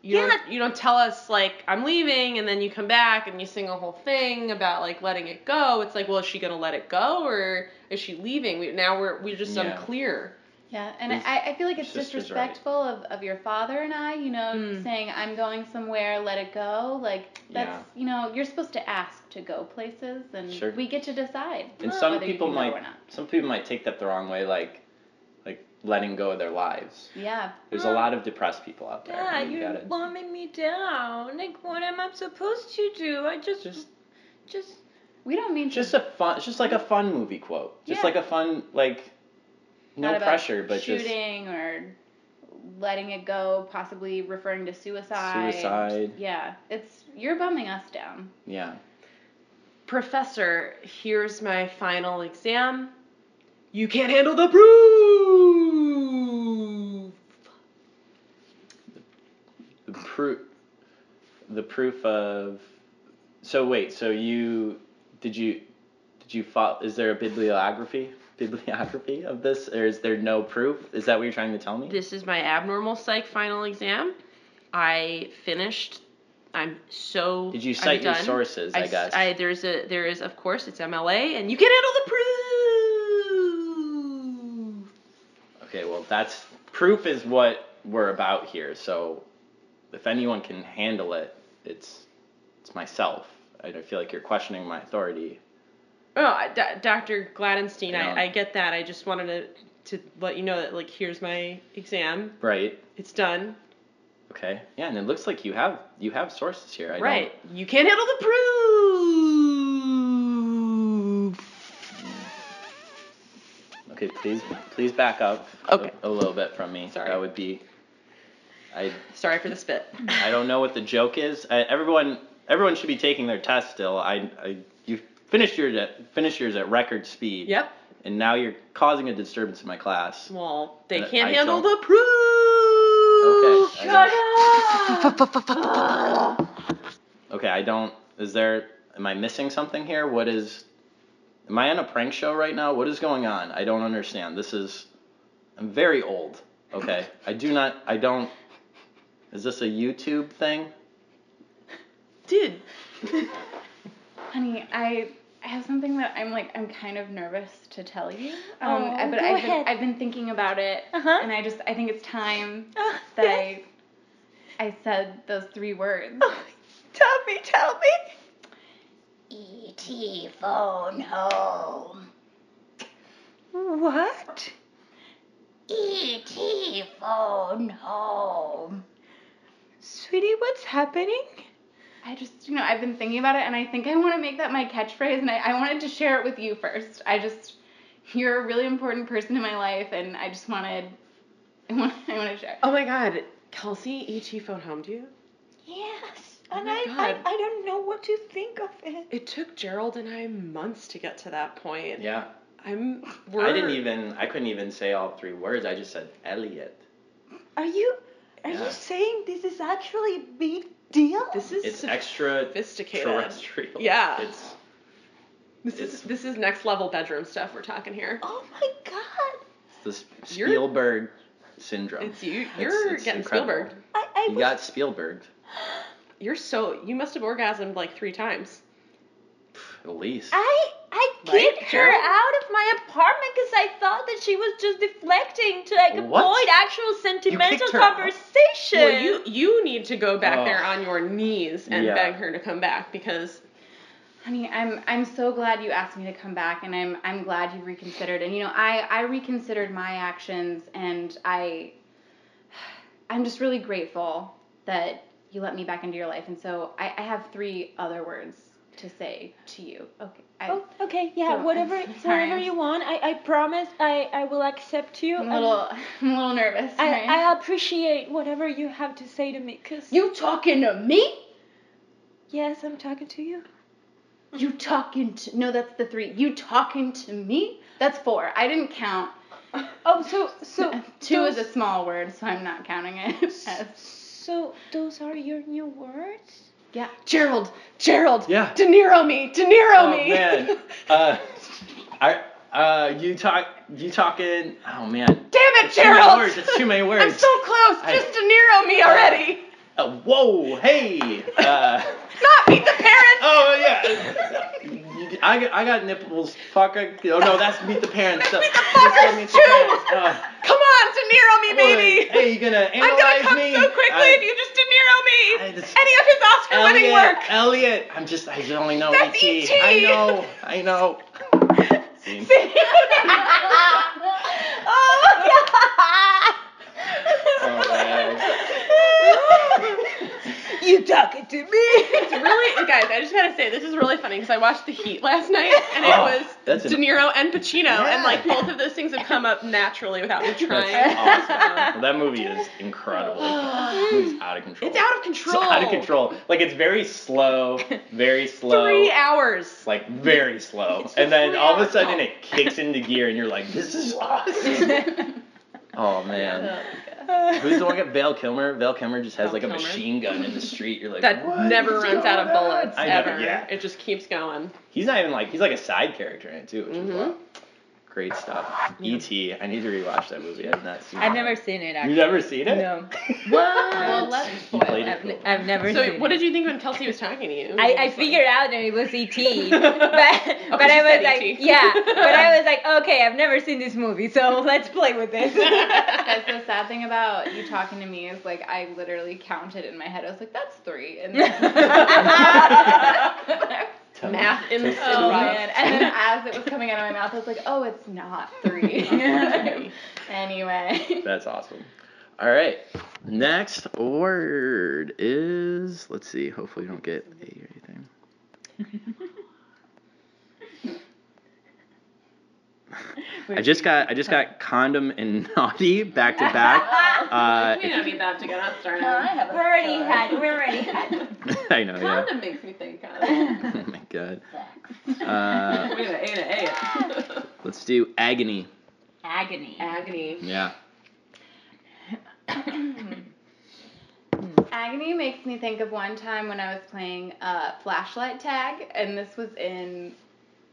[SPEAKER 3] You don't,
[SPEAKER 4] Yeah.
[SPEAKER 3] you don't tell us like I'm leaving, and then you come back and you sing a whole thing about like letting it go. It's like, well, is she gonna let it go or is she leaving? We, now we're we're just
[SPEAKER 1] Yeah.
[SPEAKER 3] unclear.
[SPEAKER 2] Yeah, and
[SPEAKER 1] Is-
[SPEAKER 2] I, I feel like it's
[SPEAKER 1] sister's right.
[SPEAKER 2] disrespectful of, of your father and I, you know,
[SPEAKER 3] Mm.
[SPEAKER 2] saying I'm going somewhere, let it go. Like that's
[SPEAKER 1] Yeah.
[SPEAKER 2] you know, you're supposed to ask to go places and
[SPEAKER 1] Sure.
[SPEAKER 2] we get to decide.
[SPEAKER 1] And some
[SPEAKER 2] whether you
[SPEAKER 1] people
[SPEAKER 2] can go
[SPEAKER 1] might
[SPEAKER 2] or not.
[SPEAKER 1] some people might take that the wrong way, like like letting go of their lives.
[SPEAKER 2] Yeah.
[SPEAKER 1] There's a lot of depressed people out there.
[SPEAKER 4] Yeah,
[SPEAKER 1] and you
[SPEAKER 4] you're
[SPEAKER 1] gotta-
[SPEAKER 4] bumming me down. Like, what am I supposed to do? I just,
[SPEAKER 1] Just-
[SPEAKER 4] just,
[SPEAKER 2] We don't mean
[SPEAKER 1] it's just
[SPEAKER 2] to
[SPEAKER 1] a fun. It's just like a fun movie quote. Just
[SPEAKER 2] Yeah.
[SPEAKER 1] like a fun like. No
[SPEAKER 2] not about
[SPEAKER 1] pressure, but just
[SPEAKER 2] shooting or letting it go, possibly referring to suicide.
[SPEAKER 1] Suicide.
[SPEAKER 2] Yeah. It's you're bumming us down.
[SPEAKER 1] yeah.
[SPEAKER 3] Professor, here's my final exam. You can't handle the proof.
[SPEAKER 1] The proof. The proof of. So wait. So you did you did you fo- Is there a bibliography (laughs) bibliography of this, or is there no proof? Is that what you're trying to tell me?
[SPEAKER 3] This is my abnormal psych final exam. I finished. I'm so.
[SPEAKER 1] Did you
[SPEAKER 3] I'm
[SPEAKER 1] cite your
[SPEAKER 3] done.
[SPEAKER 1] sources? I,
[SPEAKER 3] s-
[SPEAKER 1] guess.
[SPEAKER 3] I, there's a there is of course it's MLA and you can handle the proof.
[SPEAKER 1] Okay, well, that's proof is what we're about here. So, if anyone can handle it, it's it's myself. I don't feel like you're questioning my authority.
[SPEAKER 3] Oh, I- D- Dr. Gladenstein,
[SPEAKER 1] I know.
[SPEAKER 3] I, I get that. I just wanted to to let you know that like here's my exam.
[SPEAKER 1] Right.
[SPEAKER 3] It's done.
[SPEAKER 1] Okay. Yeah, and it looks like you have you have sources here. I don't-
[SPEAKER 3] right. You can handle the proof.
[SPEAKER 1] Okay, please please back up a-
[SPEAKER 3] Okay.
[SPEAKER 1] a, little bit from me.
[SPEAKER 3] Sorry.
[SPEAKER 1] That would be I
[SPEAKER 3] Sorry for the spit.
[SPEAKER 1] I don't know what the joke is. I, everyone everyone should be taking their test still. I, I you finished yours at finished yours at record speed.
[SPEAKER 3] (laughs) Yep.
[SPEAKER 1] And now you're causing a disturbance in my class.
[SPEAKER 3] Well, they
[SPEAKER 1] Uh,
[SPEAKER 3] can't
[SPEAKER 1] I
[SPEAKER 3] handle
[SPEAKER 1] don't-
[SPEAKER 3] the proof.
[SPEAKER 1] Okay, I
[SPEAKER 4] (laughs)
[SPEAKER 3] Shut up.
[SPEAKER 1] Okay, I don't. Is there? Am I missing something here? What is? Am I on a prank show right now? What is going on? I don't understand. This is. I'm very old. Okay, I do not. I don't. Is this a YouTube thing?
[SPEAKER 3] Dude.
[SPEAKER 2] Honey, I I have something that I'm like I'm kind of nervous to tell you. Um,
[SPEAKER 4] Oh,
[SPEAKER 2] I- but
[SPEAKER 4] go
[SPEAKER 2] I've
[SPEAKER 4] ahead.
[SPEAKER 2] been I've been thinking about it,
[SPEAKER 4] Uh-huh.
[SPEAKER 2] and I just I think it's time
[SPEAKER 4] Oh,
[SPEAKER 2] that
[SPEAKER 4] yes.
[SPEAKER 2] I
[SPEAKER 4] Oh.
[SPEAKER 2] I said those three words.
[SPEAKER 4] tell me, tell me.
[SPEAKER 2] E.T. phone home.
[SPEAKER 4] What?
[SPEAKER 2] E.T. E phone home.
[SPEAKER 4] Sweetie, what's happening?
[SPEAKER 2] I just you know I've been thinking about it, and I think I want to make that my catchphrase, and I, I wanted to share it with you first. I just you're a really important person in my life, and I just wanted (laughs) I want I want to share.
[SPEAKER 3] Oh my god. Kelsey, ET phone home to you?
[SPEAKER 4] Yes.
[SPEAKER 3] Oh
[SPEAKER 4] and
[SPEAKER 3] my
[SPEAKER 4] I,
[SPEAKER 3] God.
[SPEAKER 4] I I don't know what to think of it.
[SPEAKER 3] It took Gerald and I months to get to that point.
[SPEAKER 1] Yeah.
[SPEAKER 3] I'm
[SPEAKER 1] I
[SPEAKER 3] we're-
[SPEAKER 1] didn't even. I couldn't even say all three words. I just said Elliot.
[SPEAKER 4] Are you are
[SPEAKER 1] Yeah.
[SPEAKER 4] you saying this is actually a big deal?
[SPEAKER 3] This is
[SPEAKER 1] It's
[SPEAKER 3] sophisticated.
[SPEAKER 1] extra terrestrial.
[SPEAKER 3] Yeah.
[SPEAKER 1] It's
[SPEAKER 3] This is
[SPEAKER 1] It's-
[SPEAKER 3] this is next level bedroom stuff we're talking here.
[SPEAKER 4] Oh my god!
[SPEAKER 1] It's the Sp-
[SPEAKER 3] You're-
[SPEAKER 1] Spielberg syndrome.
[SPEAKER 3] It's you.
[SPEAKER 1] It's-
[SPEAKER 3] You're
[SPEAKER 1] it's
[SPEAKER 3] getting
[SPEAKER 1] incredible.
[SPEAKER 3] Spielberg.
[SPEAKER 4] I, I
[SPEAKER 1] You
[SPEAKER 4] was-
[SPEAKER 1] got Spielberg,
[SPEAKER 3] You're so you must have orgasmed like three times.
[SPEAKER 1] at least.
[SPEAKER 3] Ah,
[SPEAKER 4] I I
[SPEAKER 3] Right?
[SPEAKER 4] kicked
[SPEAKER 3] Sure.
[SPEAKER 4] her out of my apartment because I thought that she was just deflecting to like
[SPEAKER 1] What?
[SPEAKER 4] avoid actual sentimental
[SPEAKER 1] her out?
[SPEAKER 4] conversation.
[SPEAKER 3] Well, you you need to go back
[SPEAKER 1] Oh.
[SPEAKER 3] there on your knees and
[SPEAKER 1] Yeah.
[SPEAKER 3] beg her to come back because
[SPEAKER 2] Honey, I'm I'm so glad you asked me to come back, and I'm I'm glad you reconsidered. And you know, I I reconsidered my actions, and I I'm just really grateful that you let me back into your life. And so I, I have three other words to say to you. Okay. I,
[SPEAKER 4] Oh, okay, yeah,
[SPEAKER 2] So,
[SPEAKER 4] whatever,
[SPEAKER 2] I'm
[SPEAKER 4] it's
[SPEAKER 2] sorry,
[SPEAKER 4] whatever
[SPEAKER 2] I'm
[SPEAKER 4] you want. I, I promise I, I will accept you.
[SPEAKER 2] I'm
[SPEAKER 4] and
[SPEAKER 2] a little (laughs) I'm a little nervous.
[SPEAKER 4] I,
[SPEAKER 2] right?
[SPEAKER 4] I appreciate whatever you have to say to me, cause
[SPEAKER 2] you talking to me?
[SPEAKER 4] yes, I'm talking to you.
[SPEAKER 2] You talking to no? That's the three. You talking to me? That's four. I didn't count.
[SPEAKER 4] Oh, so (laughs) so
[SPEAKER 2] Uh, Two is
[SPEAKER 4] those-
[SPEAKER 2] a small word, so I'm not counting it. (laughs) as-
[SPEAKER 4] so those are your new words.
[SPEAKER 2] yeah.
[SPEAKER 3] Gerald, Gerald,
[SPEAKER 1] Yeah.
[SPEAKER 3] De Niro me, De Niro
[SPEAKER 1] oh
[SPEAKER 3] me. (laughs)
[SPEAKER 1] man. Uh, I, uh, you talk. You talking? Oh man.
[SPEAKER 3] Damn it,
[SPEAKER 1] Too many
[SPEAKER 3] Gerald!
[SPEAKER 1] words. It's too many words.
[SPEAKER 3] I'm so close.
[SPEAKER 1] I-
[SPEAKER 3] Just De Niro me already.
[SPEAKER 1] Uh, whoa! Hey. Uh,
[SPEAKER 3] (laughs) Not meet the parents.
[SPEAKER 1] Oh yeah. I got, I got nipples. Fuck. I, oh no, that's meet the parents.
[SPEAKER 3] Meet the
[SPEAKER 1] That's what
[SPEAKER 3] fuckers,
[SPEAKER 1] Meet
[SPEAKER 3] too.
[SPEAKER 1] Parents. Uh,
[SPEAKER 3] Come on, De Niro me,
[SPEAKER 1] Oh,
[SPEAKER 3] baby.
[SPEAKER 1] Hey, you gonna
[SPEAKER 3] I'm
[SPEAKER 1] analyze
[SPEAKER 3] gonna come
[SPEAKER 1] me?
[SPEAKER 3] so quickly
[SPEAKER 1] I-
[SPEAKER 3] if you just De Niro me.
[SPEAKER 1] I just-
[SPEAKER 3] Any of his Oscar-winning
[SPEAKER 1] Elliot,
[SPEAKER 3] work.
[SPEAKER 1] Elliot. I'm just. I just only know
[SPEAKER 3] That's E
[SPEAKER 1] E.T.
[SPEAKER 3] E.T..
[SPEAKER 1] I know. I
[SPEAKER 3] (laughs)
[SPEAKER 1] know. See?
[SPEAKER 4] oh
[SPEAKER 1] Oh, man.
[SPEAKER 4] my god! (laughs) you talking to me?
[SPEAKER 3] It's
[SPEAKER 4] (laughs)
[SPEAKER 3] really, guys, I just gotta say, this is really funny because I watched The Heat last night and it
[SPEAKER 1] Oh,
[SPEAKER 3] was
[SPEAKER 1] that's
[SPEAKER 3] De
[SPEAKER 1] an-
[SPEAKER 3] Niro and Pacino, and like
[SPEAKER 1] Yeah.
[SPEAKER 3] both of those things have come up naturally without me trying.
[SPEAKER 1] That's awesome. Well, that movie is
[SPEAKER 3] (sighs)
[SPEAKER 1] incredible. It's out of control.
[SPEAKER 3] (laughs) It's out of control.
[SPEAKER 1] It's out of control. Like it's very slow.
[SPEAKER 3] (laughs)
[SPEAKER 1] Very slow.
[SPEAKER 3] Three hours.
[SPEAKER 1] like very slow,
[SPEAKER 3] It's
[SPEAKER 1] and then
[SPEAKER 3] three
[SPEAKER 1] all of a
[SPEAKER 3] hours
[SPEAKER 1] sudden
[SPEAKER 3] long.
[SPEAKER 1] it kicks into gear, and you're like, "This
[SPEAKER 3] (laughs)
[SPEAKER 1] is awesome." oh man, who's the one? Got Val Kilmer. Val Kilmer just has
[SPEAKER 3] Val
[SPEAKER 1] like
[SPEAKER 3] Kilmer.
[SPEAKER 1] a machine gun in the street. You're like,
[SPEAKER 3] That
[SPEAKER 1] "What
[SPEAKER 3] never
[SPEAKER 1] is
[SPEAKER 3] runs out of
[SPEAKER 1] going on?"
[SPEAKER 3] bullets
[SPEAKER 1] I know,
[SPEAKER 3] ever.
[SPEAKER 1] yeah.
[SPEAKER 3] It just keeps going.
[SPEAKER 1] He's not even like he's like a side character in it too, which
[SPEAKER 3] Mhm.
[SPEAKER 1] is wild. great stuff.
[SPEAKER 3] Yeah.
[SPEAKER 1] E.T. I need to rewatch that movie. I've not seen.
[SPEAKER 4] (laughs) I've
[SPEAKER 1] it.
[SPEAKER 4] never seen it.
[SPEAKER 1] You
[SPEAKER 4] Actually.
[SPEAKER 1] never seen it?
[SPEAKER 4] No.
[SPEAKER 2] Well,
[SPEAKER 4] What?
[SPEAKER 2] let's
[SPEAKER 1] (laughs) You
[SPEAKER 2] spoil
[SPEAKER 1] played
[SPEAKER 2] it.
[SPEAKER 1] it
[SPEAKER 4] I've,
[SPEAKER 1] cool.
[SPEAKER 4] n- I've never
[SPEAKER 3] So,
[SPEAKER 4] seen
[SPEAKER 3] what
[SPEAKER 4] it.
[SPEAKER 3] did you think when Kelsey was talking to you?
[SPEAKER 4] I, I
[SPEAKER 3] It's like- (laughs)
[SPEAKER 4] figured out that it was ET, (laughs) but but
[SPEAKER 3] she
[SPEAKER 4] I
[SPEAKER 3] said
[SPEAKER 4] was like,
[SPEAKER 3] E.T..
[SPEAKER 4] yeah, but (laughs) I was like, okay, I've never seen this movie, so (laughs) let's play with
[SPEAKER 2] (laughs)
[SPEAKER 4] this.
[SPEAKER 2] That's the sad thing about you talking to me is like I literally counted in my head. I was like, that's three. And (laughs) then
[SPEAKER 1] Tell me.
[SPEAKER 3] Math in the
[SPEAKER 1] Tell
[SPEAKER 2] Oh
[SPEAKER 1] me.
[SPEAKER 2] man. And (laughs) then as it was coming out of my mouth, I was like, oh, it's not three. (laughs)
[SPEAKER 3] Okay.
[SPEAKER 2] anyway.
[SPEAKER 1] That's awesome. All right. Next word is let's see. Hopefully, you don't get a or anything. I just got I just got condom and (laughs) naughty back to back.
[SPEAKER 3] (laughs)
[SPEAKER 1] Uh,
[SPEAKER 3] We don't need that to get us started.
[SPEAKER 4] we already had. We already (laughs) had.
[SPEAKER 1] (laughs) I know, yeah.
[SPEAKER 3] Condom makes me think of.
[SPEAKER 1] (laughs)
[SPEAKER 3] (laughs)
[SPEAKER 1] Oh my god. Uh,
[SPEAKER 3] Wait a minute, wait a
[SPEAKER 1] let's do agony.
[SPEAKER 4] Agony.
[SPEAKER 3] Agony.
[SPEAKER 4] (laughs)
[SPEAKER 1] Yeah.
[SPEAKER 2] Agony makes me think of one time when I was playing uh, flashlight tag, and this was in,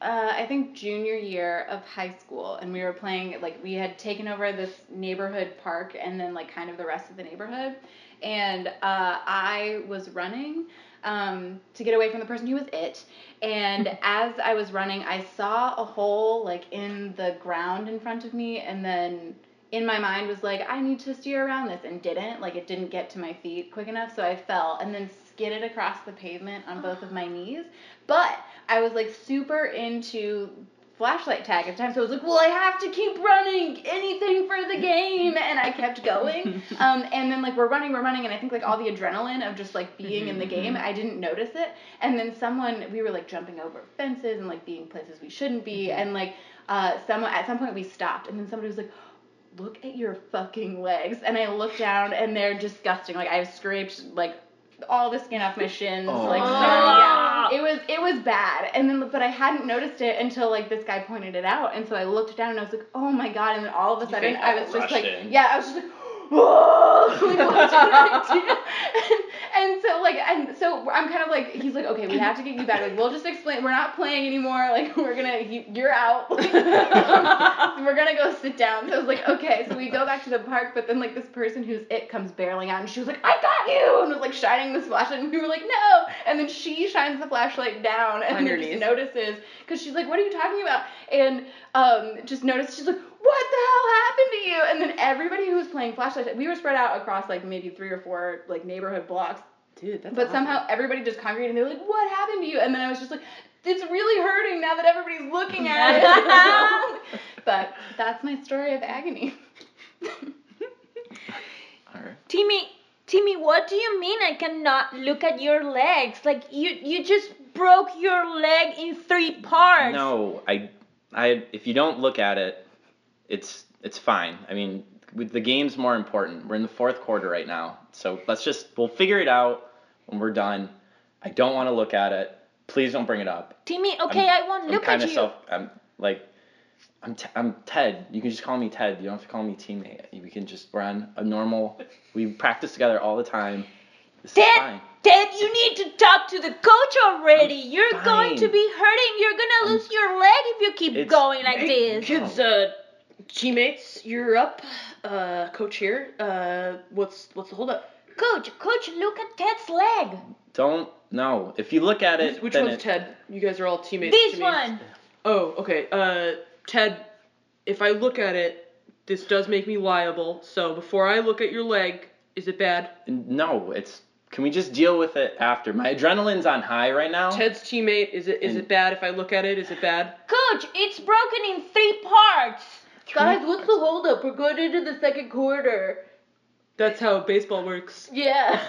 [SPEAKER 2] uh, I think, junior year of high school. And we were playing, like, we had taken over this neighborhood park and then, like, kind of the rest of the neighborhood. And uh, I was running um, to get away from the person who was it. And as I was running, I saw a hole, like, in the ground in front of me, and then in my mind was like, I need to steer around this and didn't. Like it didn't get to my feet quick enough, so I fell and then skidded across the pavement on both of my knees. But I was like super into flashlight tag at the time, so I was like, Well, I have to keep running, anything for the game and I kept going. (laughs) um and then like we're running, we're running, and I think like all the adrenaline of just like being in the game, I didn't notice it. And then someone we were like jumping over fences and like being places we shouldn't be and like uh someone at some point we stopped and then somebody was like look at your fucking legs. And I look down and they're disgusting. Like I've scraped like all the skin off my shins.
[SPEAKER 1] Oh.
[SPEAKER 2] Like so yeah. It was it was bad. And then but I hadn't noticed it until like this guy pointed it out. And so I looked down and I was like, oh my god. And then all of a sudden
[SPEAKER 3] think
[SPEAKER 2] I was
[SPEAKER 1] rushed
[SPEAKER 2] just like
[SPEAKER 1] in.
[SPEAKER 2] (laughs) Yeah, I was just like Whoa! Like, what did I do? and, and so, like, and so I'm kind of like, he's like, okay, we have to get you back. Like, we'll just explain. We're not playing anymore. Like, (laughs) we're gonna, you, you're out. (laughs) we're gonna go sit down. So I was like, okay. So we go back to the park, but then like this person who's it comes barreling out, and she was like, I got you, and was like shining this flashlight, and we were like, no. And then she shines the flashlight down, and then
[SPEAKER 3] Underneath.
[SPEAKER 2] just notices because she's like, what are you talking about? And um, just noticed she's like. What the hell happened to you? And then everybody who was playing flashlight, we were spread out across like maybe three or four like neighborhood blocks.
[SPEAKER 3] Dude, that's
[SPEAKER 2] But
[SPEAKER 3] awesome.
[SPEAKER 2] somehow everybody just congregated and they were like, What happened to you? And then I was just like, It's really hurting now that everybody's looking at (laughs) it. but that's my story of agony.
[SPEAKER 1] All right.
[SPEAKER 4] (coughs) Timmy, Timmy, what do you mean I cannot look at your legs? Like you, you just broke your leg in three parts.
[SPEAKER 1] No, I, I. If you don't look at it, it's it's fine. I mean, with the game's more important. We're in the fourth quarter right now, so let's just we'll figure it out when we're done. I don't want to look at it. Please don't bring it up.
[SPEAKER 4] Timmy, okay, I won't
[SPEAKER 1] I'm
[SPEAKER 4] look
[SPEAKER 1] kind
[SPEAKER 4] at
[SPEAKER 1] of
[SPEAKER 4] you.
[SPEAKER 1] self. I'm like, I'm t- I'm Ted. You can just call me Ted. You don't have to call me teammate. We can just we're on a normal. We practice together all the time. This is
[SPEAKER 4] Ted,
[SPEAKER 1] fine.
[SPEAKER 4] Ted, you need to talk to the coach already. You're going to
[SPEAKER 1] fine.
[SPEAKER 4] be hurting. You're gonna
[SPEAKER 1] I'm-
[SPEAKER 4] lose your leg if you keep
[SPEAKER 1] It's-
[SPEAKER 4] going like
[SPEAKER 3] Hey,
[SPEAKER 4] this.
[SPEAKER 3] Kids, uh, teammates, you're up. Uh, coach here. Uh, what's what's the holdup?
[SPEAKER 4] Coach, coach, look at Ted's leg.
[SPEAKER 1] Don't no. If you look at it,
[SPEAKER 3] Which
[SPEAKER 1] then
[SPEAKER 3] one's
[SPEAKER 1] it-
[SPEAKER 3] Ted? You guys are all teammates.
[SPEAKER 4] This
[SPEAKER 3] to me.
[SPEAKER 4] one.
[SPEAKER 3] Oh, okay. Uh, Ted, if I look at it, this does make me liable. So before I look at your leg, is it bad?
[SPEAKER 1] No, it's. Can we just deal with it after? My adrenaline's on high right now.
[SPEAKER 3] Ted's teammate, is it is
[SPEAKER 1] And-
[SPEAKER 3] it bad if I look at it? Is it bad?
[SPEAKER 4] Coach, it's broken in three parts.
[SPEAKER 2] Guys, what's the holdup? We're going into the second quarter.
[SPEAKER 3] That's how baseball works.
[SPEAKER 2] Yeah.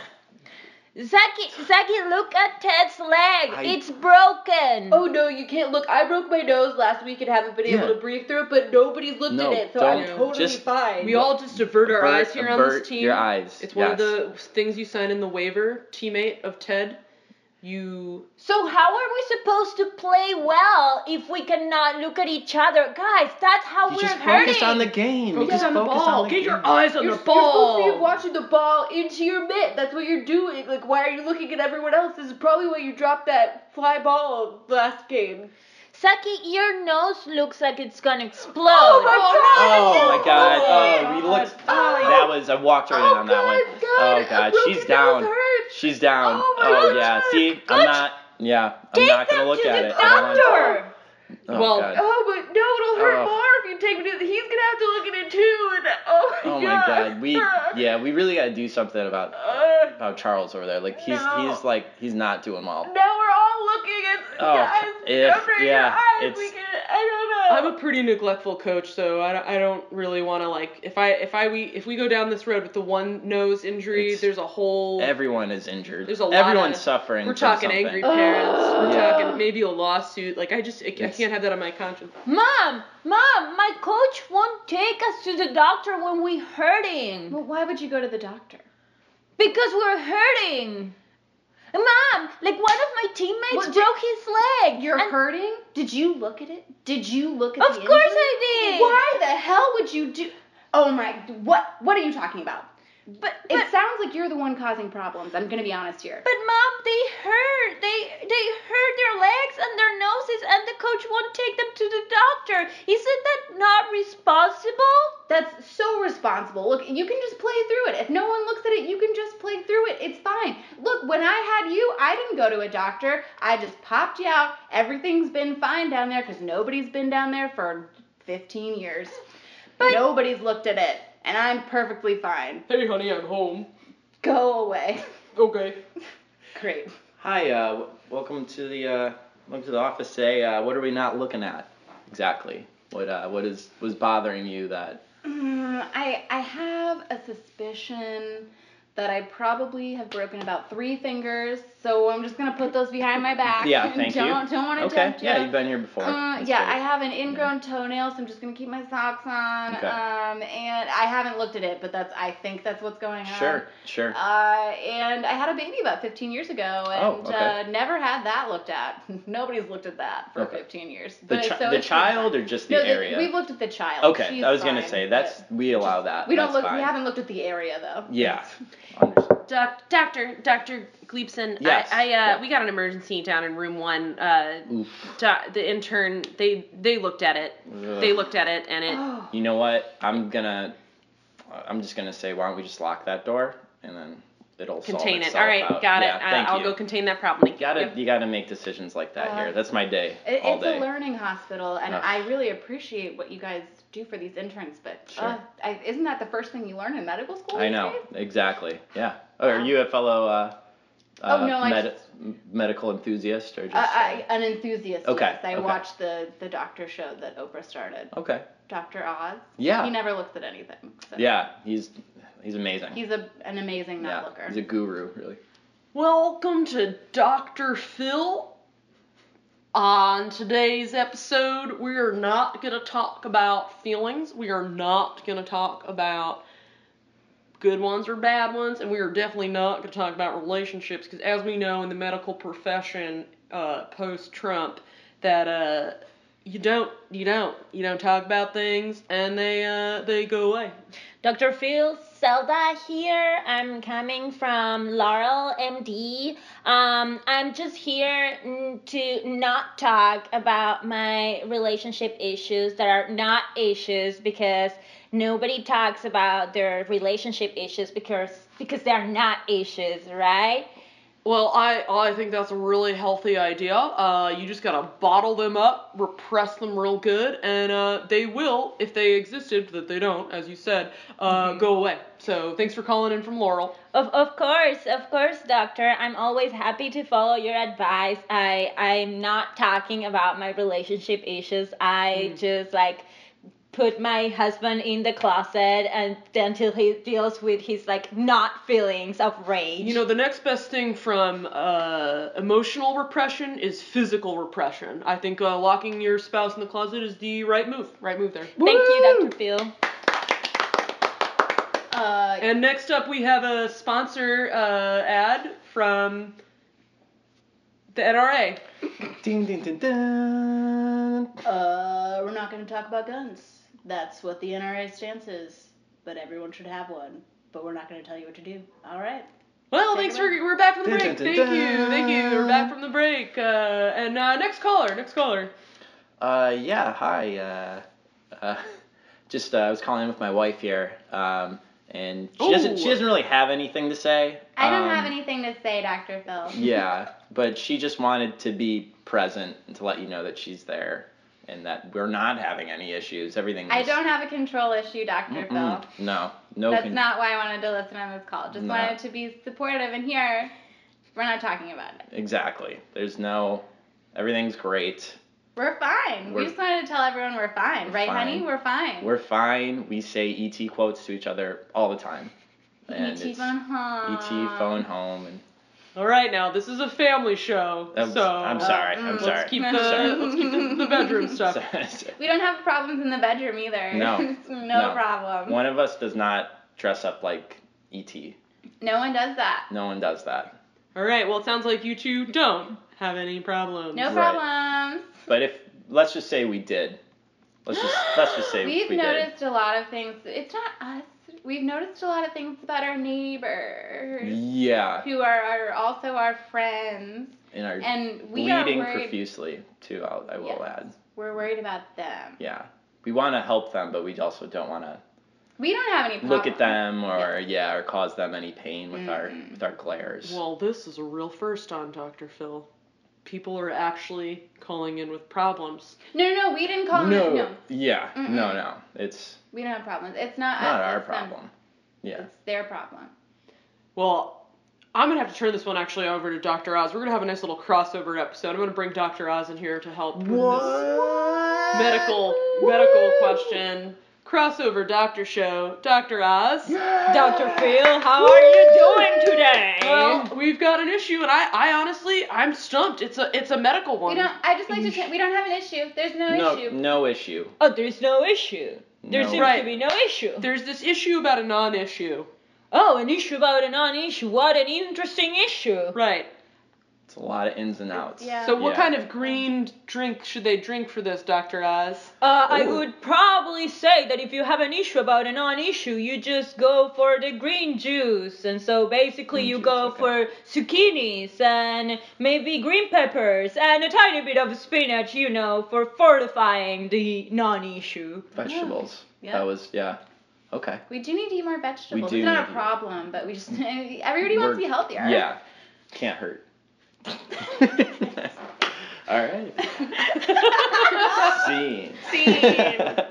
[SPEAKER 4] Zaki, Zaki, look at Ted's leg.
[SPEAKER 1] I-
[SPEAKER 4] It's broken.
[SPEAKER 2] Oh no, you can't look. I broke my nose last week and haven't been able
[SPEAKER 1] Yeah.
[SPEAKER 2] to breathe through it, but nobody's looked
[SPEAKER 1] No,
[SPEAKER 2] at it, so I'm
[SPEAKER 1] don't.
[SPEAKER 2] totally
[SPEAKER 1] Just-
[SPEAKER 2] fine.
[SPEAKER 3] We all just avert our
[SPEAKER 1] Avert-
[SPEAKER 3] eyes here on
[SPEAKER 1] avert
[SPEAKER 3] this team.
[SPEAKER 1] Your eyes.
[SPEAKER 3] It's one
[SPEAKER 1] yes.
[SPEAKER 3] of the things you sign in the waiver, teammate of Ted. You
[SPEAKER 4] So how are we supposed to play well if we cannot look at each other, guys? That's how
[SPEAKER 1] You
[SPEAKER 4] we're
[SPEAKER 1] just
[SPEAKER 4] hurting.
[SPEAKER 1] focus on the game. You
[SPEAKER 3] focus
[SPEAKER 1] just
[SPEAKER 3] on the
[SPEAKER 1] focus on
[SPEAKER 3] ball.
[SPEAKER 1] the
[SPEAKER 3] Get your
[SPEAKER 1] game.
[SPEAKER 3] eyes on
[SPEAKER 2] You're, you're
[SPEAKER 3] the
[SPEAKER 2] supposed to be
[SPEAKER 3] ball.
[SPEAKER 2] watching the ball into your mitt. That's what you're doing. Like, why are you looking at everyone else? This is probably why you dropped that fly ball last game.
[SPEAKER 4] Saki, your nose looks like it's gonna explode.
[SPEAKER 2] Oh my
[SPEAKER 1] Oh
[SPEAKER 2] god!
[SPEAKER 1] my god. Oh,
[SPEAKER 3] my
[SPEAKER 1] we
[SPEAKER 3] God.
[SPEAKER 1] looked.
[SPEAKER 2] Oh.
[SPEAKER 1] That was. I walked right in
[SPEAKER 2] Oh
[SPEAKER 1] on that one.
[SPEAKER 2] god! god.
[SPEAKER 1] Oh god,
[SPEAKER 2] A
[SPEAKER 1] she's
[SPEAKER 2] broken
[SPEAKER 1] down.
[SPEAKER 2] nose hurts.
[SPEAKER 1] She's down.
[SPEAKER 2] Oh
[SPEAKER 1] Oh,
[SPEAKER 2] my God.
[SPEAKER 1] yeah. See,
[SPEAKER 4] Good.
[SPEAKER 1] I'm not. Yeah, I'm
[SPEAKER 4] Take
[SPEAKER 1] not
[SPEAKER 4] them
[SPEAKER 1] gonna look
[SPEAKER 4] to
[SPEAKER 1] at
[SPEAKER 4] the
[SPEAKER 1] it. I don't want-
[SPEAKER 4] doctor.
[SPEAKER 1] Oh,
[SPEAKER 3] Well,
[SPEAKER 1] God.
[SPEAKER 2] Oh, but no, it'll hurt
[SPEAKER 1] Ugh.
[SPEAKER 2] more if you take me to the. He's gonna have to look at it too. And oh my
[SPEAKER 1] Oh my
[SPEAKER 2] god.
[SPEAKER 1] god. We yeah. We really gotta do something about
[SPEAKER 2] Uh,
[SPEAKER 1] about Charles over there. Like he's
[SPEAKER 2] No.
[SPEAKER 1] he's like he's not doing well.
[SPEAKER 2] now we're all looking at
[SPEAKER 1] Oh,
[SPEAKER 2] guys.
[SPEAKER 1] if-
[SPEAKER 2] cover your
[SPEAKER 1] yeah,
[SPEAKER 2] eyes.
[SPEAKER 1] it's-
[SPEAKER 2] We can, I don't know.
[SPEAKER 3] I'm a pretty neglectful coach, so I don't, I don't really want to like if I if I we if we go down this road with the one nose injury,
[SPEAKER 1] It's-
[SPEAKER 3] there's a whole
[SPEAKER 1] Everyone is injured.
[SPEAKER 3] There's a lot
[SPEAKER 1] Everyone's
[SPEAKER 3] of-
[SPEAKER 1] suffering.
[SPEAKER 3] we're
[SPEAKER 1] from
[SPEAKER 3] talking
[SPEAKER 1] something.
[SPEAKER 3] angry
[SPEAKER 2] Ugh.
[SPEAKER 3] parents, we're
[SPEAKER 1] Yeah.
[SPEAKER 3] talking maybe a lawsuit. Like I just I, I
[SPEAKER 1] It's-
[SPEAKER 3] can't have that on my conscience.
[SPEAKER 4] Mom, mom, my coach won't take us to the doctor when we're hurting
[SPEAKER 2] Well, why would you go to the doctor?
[SPEAKER 4] because we're hurting. Mom, like one of my teammates
[SPEAKER 2] What did-
[SPEAKER 4] broke his leg.
[SPEAKER 2] You're
[SPEAKER 4] and-
[SPEAKER 2] hurting? Did you look at it? Did you look at
[SPEAKER 4] Of
[SPEAKER 2] the
[SPEAKER 4] course
[SPEAKER 2] injury?
[SPEAKER 4] I did.
[SPEAKER 2] Why the hell would you do Oh my what what are you talking about?
[SPEAKER 4] But,
[SPEAKER 2] It
[SPEAKER 4] but
[SPEAKER 2] sounds like you're the one causing problems. I'm gonna be honest here.
[SPEAKER 4] But mom, they hurt. They they hurt their legs and their noses, and the coach won't take them to the doctor. Isn't that not responsible?
[SPEAKER 2] That's so responsible. Look, you can just play through it. If no one looks at it, you can just play through it. It's fine. Look, when I had you, I didn't go to a doctor. I just popped you out. Everything's been fine down there because nobody's been down there for 15 years.
[SPEAKER 4] But-
[SPEAKER 2] nobody's looked at it, and I'm perfectly fine.
[SPEAKER 3] Hey, honey, I'm home.
[SPEAKER 2] Go away. (laughs)
[SPEAKER 3] Okay.
[SPEAKER 2] Great.
[SPEAKER 1] Hi, uh, w- welcome to the uh, welcome to the office today. Uh, what are we not looking at exactly? What uh, what is was bothering you that?
[SPEAKER 2] Mm, I I have a suspicion that I probably have broken about three fingers, so I'm just gonna put those behind my back.
[SPEAKER 1] Yeah,
[SPEAKER 2] and
[SPEAKER 1] thank you.
[SPEAKER 2] don't, Don't want to
[SPEAKER 1] Okay,
[SPEAKER 2] tempt you.
[SPEAKER 1] yeah, you've been here before.
[SPEAKER 2] Uh,
[SPEAKER 1] That's
[SPEAKER 2] yeah,
[SPEAKER 1] great.
[SPEAKER 2] I have an ingrown toenail, so I'm just gonna keep my socks on.
[SPEAKER 1] Okay.
[SPEAKER 2] Um, and I haven't looked at it, but that's I think that's what's going on.
[SPEAKER 1] Sure, sure.
[SPEAKER 2] Uh, and I had a baby about 15 years ago, and
[SPEAKER 1] Oh, okay.
[SPEAKER 2] uh, never had that looked at. (laughs) Nobody's looked at that for
[SPEAKER 1] Okay.
[SPEAKER 2] 15 years.
[SPEAKER 1] the
[SPEAKER 2] But
[SPEAKER 1] chi-
[SPEAKER 2] so
[SPEAKER 1] the
[SPEAKER 2] it's fine.
[SPEAKER 1] child or just the
[SPEAKER 2] no,
[SPEAKER 1] area?
[SPEAKER 2] we've looked at the child.
[SPEAKER 1] okay,
[SPEAKER 2] She's
[SPEAKER 1] I was gonna
[SPEAKER 2] fine,
[SPEAKER 1] say
[SPEAKER 2] but
[SPEAKER 1] that's we allow that.
[SPEAKER 2] We don't
[SPEAKER 1] that's
[SPEAKER 2] look.
[SPEAKER 1] Fine.
[SPEAKER 2] (laughs) We haven't looked at the area though.
[SPEAKER 1] Yeah. Understood.
[SPEAKER 3] Doc, Doctor Doctor Gleepson,
[SPEAKER 1] Yes.
[SPEAKER 3] I, I uh,
[SPEAKER 1] Yeah.
[SPEAKER 3] we got an emergency down in room one. Uh,
[SPEAKER 1] Oof.
[SPEAKER 3] doc, the intern, they they looked at it.
[SPEAKER 1] Ugh. Oh,
[SPEAKER 3] They looked at it, and it.
[SPEAKER 2] Oh.
[SPEAKER 1] You know what? I'm gonna. I'm just gonna say, why don't we just lock that door and then it'll solve
[SPEAKER 3] Contain it.
[SPEAKER 1] itself
[SPEAKER 3] All right,
[SPEAKER 1] out.
[SPEAKER 3] got
[SPEAKER 1] Yeah,
[SPEAKER 3] it.
[SPEAKER 1] thank
[SPEAKER 3] I, I'll
[SPEAKER 1] you.
[SPEAKER 3] go contain that problem.
[SPEAKER 1] You gotta
[SPEAKER 3] Yep.
[SPEAKER 1] you gotta make decisions like that
[SPEAKER 2] Uh,
[SPEAKER 1] here. That's my day
[SPEAKER 2] It,
[SPEAKER 1] all
[SPEAKER 2] it's
[SPEAKER 1] day.
[SPEAKER 2] a learning hospital, and
[SPEAKER 1] Ugh.
[SPEAKER 2] I really appreciate what you guys do for these interns. But
[SPEAKER 1] Sure.
[SPEAKER 2] ugh, I, isn't that the first thing you learn in medical school?
[SPEAKER 1] I
[SPEAKER 2] these
[SPEAKER 1] know
[SPEAKER 2] days?
[SPEAKER 1] exactly. Yeah. Oh, are you a fellow? Uh,
[SPEAKER 2] Oh,
[SPEAKER 1] uh,
[SPEAKER 2] no, I
[SPEAKER 1] med-
[SPEAKER 2] just-
[SPEAKER 1] m- medical enthusiast or just?
[SPEAKER 2] Uh, I, an enthusiast.
[SPEAKER 1] Okay,
[SPEAKER 2] Yes. I
[SPEAKER 1] okay.
[SPEAKER 2] watched the the doctor show that Oprah started.
[SPEAKER 1] uh, okay.
[SPEAKER 2] Doctor Oz.
[SPEAKER 1] Yeah.
[SPEAKER 2] He never looks at anything. So.
[SPEAKER 1] yeah. He's he's amazing.
[SPEAKER 2] He's a an amazing
[SPEAKER 1] yeah.
[SPEAKER 2] not looker.
[SPEAKER 1] He's a guru,
[SPEAKER 2] (clears throat)
[SPEAKER 1] really.
[SPEAKER 3] Welcome to Dr. Phil. On today's episode, we are not going to talk about feelings. We are not going to talk about good ones or bad ones. And we are definitely not going to talk about relationships because, as we know in the medical profession uh, post Trump, that uh, you don't, you don't, you don't talk about things and they, uh, they go away.
[SPEAKER 4] Dr. Phil Zelda here. I'm coming from Laurel MD. Um, I'm just here mm, to not talk about my relationship issues that are not issues because nobody talks about their relationship issues because because they are not issues, right?
[SPEAKER 3] Well, I, I think that's a really healthy idea. Uh, you just gotta bottle them up, repress them real good, and uh, they will, if they existed, that they don't, as you said, uh, go away. So thanks for calling in from Laurel.
[SPEAKER 4] Of, of course, of course, doctor. I'm always happy to follow your advice. I I'm not talking about my relationship issues. I
[SPEAKER 1] Mm-hmm.
[SPEAKER 4] just like put my husband in the closet and until he deals with his like not feelings of rage.
[SPEAKER 3] You know, the next best thing from uh, emotional repression is physical repression. I think uh, locking your spouse in the closet is the right move. Right move there.
[SPEAKER 4] Thank you, Dr. Phil.
[SPEAKER 2] uh,
[SPEAKER 3] And next up, we have a sponsor uh, ad from the NRA.
[SPEAKER 1] Ding ding ding ding.
[SPEAKER 2] uh, we're not going to talk about guns. That's what the NRA stance is. But everyone should have one. But we're not going to tell you what to do. All right.
[SPEAKER 3] Well,
[SPEAKER 2] Take
[SPEAKER 3] thanks
[SPEAKER 2] it
[SPEAKER 3] for we're back from the
[SPEAKER 1] Dun,
[SPEAKER 3] break.
[SPEAKER 1] dun,
[SPEAKER 3] Thank
[SPEAKER 1] dun,
[SPEAKER 3] you, thank you. We're back from the break. Uh, and uh, next caller, next caller.
[SPEAKER 1] Uh, yeah, hi. Uh, uh, (laughs) just uh, I was calling in with my wife here, um, and she doesn't she
[SPEAKER 3] Ooh.
[SPEAKER 1] doesn't really have anything to say.
[SPEAKER 2] I don't
[SPEAKER 1] um,
[SPEAKER 2] have anything to say, Dr. Phil.
[SPEAKER 1] yeah, but she just wanted to be present and to let you know that she's there and that we're not having any issues. Everything.
[SPEAKER 2] I
[SPEAKER 1] is-
[SPEAKER 2] don't have a control issue, Dr. Phil.
[SPEAKER 1] Mm-mm. No, no.
[SPEAKER 2] That's
[SPEAKER 1] con-
[SPEAKER 2] not why I wanted to listen on this call. Just
[SPEAKER 1] No.
[SPEAKER 2] wanted to be supportive and here. We're not talking about it.
[SPEAKER 1] exactly. There's no. Everything's great.
[SPEAKER 2] We're fine.
[SPEAKER 1] We're-
[SPEAKER 2] we just wanted to tell everyone we're fine,
[SPEAKER 1] We're
[SPEAKER 2] right,
[SPEAKER 1] fine.
[SPEAKER 2] honey? We're fine.
[SPEAKER 1] We're fine. We say ET quotes to each other all the time. And
[SPEAKER 2] ET
[SPEAKER 1] it's
[SPEAKER 2] E phone home.
[SPEAKER 1] ET phone home and
[SPEAKER 3] All right, now this is a family show,
[SPEAKER 1] Oh, I'm,
[SPEAKER 3] so uh,
[SPEAKER 1] I'm sorry.
[SPEAKER 2] Mm.
[SPEAKER 1] I'm
[SPEAKER 2] Let's
[SPEAKER 1] sorry. (laughs)
[SPEAKER 2] (laughs)
[SPEAKER 3] Let's keep the
[SPEAKER 1] I'm sorry.
[SPEAKER 3] let's keep the, the
[SPEAKER 1] (laughs)
[SPEAKER 3] bedroom stuff.
[SPEAKER 1] So-
[SPEAKER 2] We don't have problems in the bedroom either.
[SPEAKER 1] No.
[SPEAKER 3] (laughs)
[SPEAKER 2] It's (laughs) no,
[SPEAKER 1] No.
[SPEAKER 2] problem.
[SPEAKER 1] One of us does not dress up like ET.
[SPEAKER 2] No one does that.
[SPEAKER 1] No one does that.
[SPEAKER 3] All right, well it sounds like you two don't have any problems.
[SPEAKER 1] Right.
[SPEAKER 2] No problems.
[SPEAKER 1] But if let's just say we did. Let's just let's just say
[SPEAKER 2] (gasps) We've
[SPEAKER 1] we
[SPEAKER 2] noticed a lot of things. It's not us. We've noticed a lot of things about our
[SPEAKER 1] did.
[SPEAKER 2] neighbors
[SPEAKER 1] Yeah,
[SPEAKER 2] who are, are also our friends.
[SPEAKER 1] and are
[SPEAKER 2] And we are
[SPEAKER 1] bleeding
[SPEAKER 2] worried.
[SPEAKER 1] profusely too. I'll, I will
[SPEAKER 2] Yes.
[SPEAKER 1] add.
[SPEAKER 2] We're worried about them.
[SPEAKER 1] Yeah, we want to help them, but we also don't want to
[SPEAKER 2] We don't have any problems.
[SPEAKER 1] look at them or yeah. or cause them any pain with our
[SPEAKER 2] Mm-mm.
[SPEAKER 1] with our glares.
[SPEAKER 3] Well, this is a real first on Dr. Phil. People are actually calling in with problems.
[SPEAKER 2] No, no, no, we didn't call
[SPEAKER 1] no,
[SPEAKER 2] them. No,
[SPEAKER 1] yeah,
[SPEAKER 2] Mm-mm.
[SPEAKER 1] no, no. It's
[SPEAKER 2] we don't have problems. It's not,
[SPEAKER 1] not
[SPEAKER 2] us.
[SPEAKER 1] our
[SPEAKER 2] it's them.
[SPEAKER 1] problem. Yeah.
[SPEAKER 2] It's their problem.
[SPEAKER 3] Well, I'm gonna have to turn this one actually over to Dr. Oz. We're gonna have a nice little crossover episode. I'm gonna bring Dr. Oz in here to help with this medical medical question crossover doctor show dr oz
[SPEAKER 4] Dr. Phil, how are you doing today?
[SPEAKER 3] well we've got an issue and i i honestly i'm stumped it's a it's a medical
[SPEAKER 2] We
[SPEAKER 3] one
[SPEAKER 2] don't. I just like to. T- we don't have an issue. There's no,
[SPEAKER 1] No, Mm.
[SPEAKER 2] issue.
[SPEAKER 1] no issue.
[SPEAKER 4] oh, there's no issue. There
[SPEAKER 1] No
[SPEAKER 4] seems
[SPEAKER 3] Right.
[SPEAKER 4] to be no issue.
[SPEAKER 3] there's this issue about a non-issue
[SPEAKER 4] Oh, an issue about a non-issue. What an interesting issue.
[SPEAKER 3] right
[SPEAKER 1] It's a lot of ins and outs.
[SPEAKER 2] Yeah.
[SPEAKER 3] So what
[SPEAKER 1] Yeah.
[SPEAKER 3] kind of green drink should they drink for this, Dr. Oz?
[SPEAKER 4] Uh, I
[SPEAKER 1] Ooh.
[SPEAKER 4] would probably say that if you have an issue about a non-issue, you just go for the green juice, and so basically
[SPEAKER 1] Green
[SPEAKER 4] you
[SPEAKER 1] juice,
[SPEAKER 4] go
[SPEAKER 1] okay.
[SPEAKER 4] for zucchinis and maybe green peppers and a tiny bit of spinach, you know, for fortifying the non-issue.
[SPEAKER 1] Vegetables.
[SPEAKER 2] Yeah.
[SPEAKER 1] That was yeah. Okay.
[SPEAKER 2] We do need to eat more vegetables.
[SPEAKER 1] do
[SPEAKER 2] It's
[SPEAKER 1] need
[SPEAKER 2] not
[SPEAKER 1] to
[SPEAKER 2] a
[SPEAKER 1] eat-
[SPEAKER 2] problem, but we just (laughs) everybody
[SPEAKER 1] We're-
[SPEAKER 2] wants to be healthier.
[SPEAKER 1] Yeah. Can't hurt. (laughs) All
[SPEAKER 2] (laughs)
[SPEAKER 1] right.
[SPEAKER 4] (laughs)
[SPEAKER 1] Scene.
[SPEAKER 2] Scene.
[SPEAKER 1] (laughs)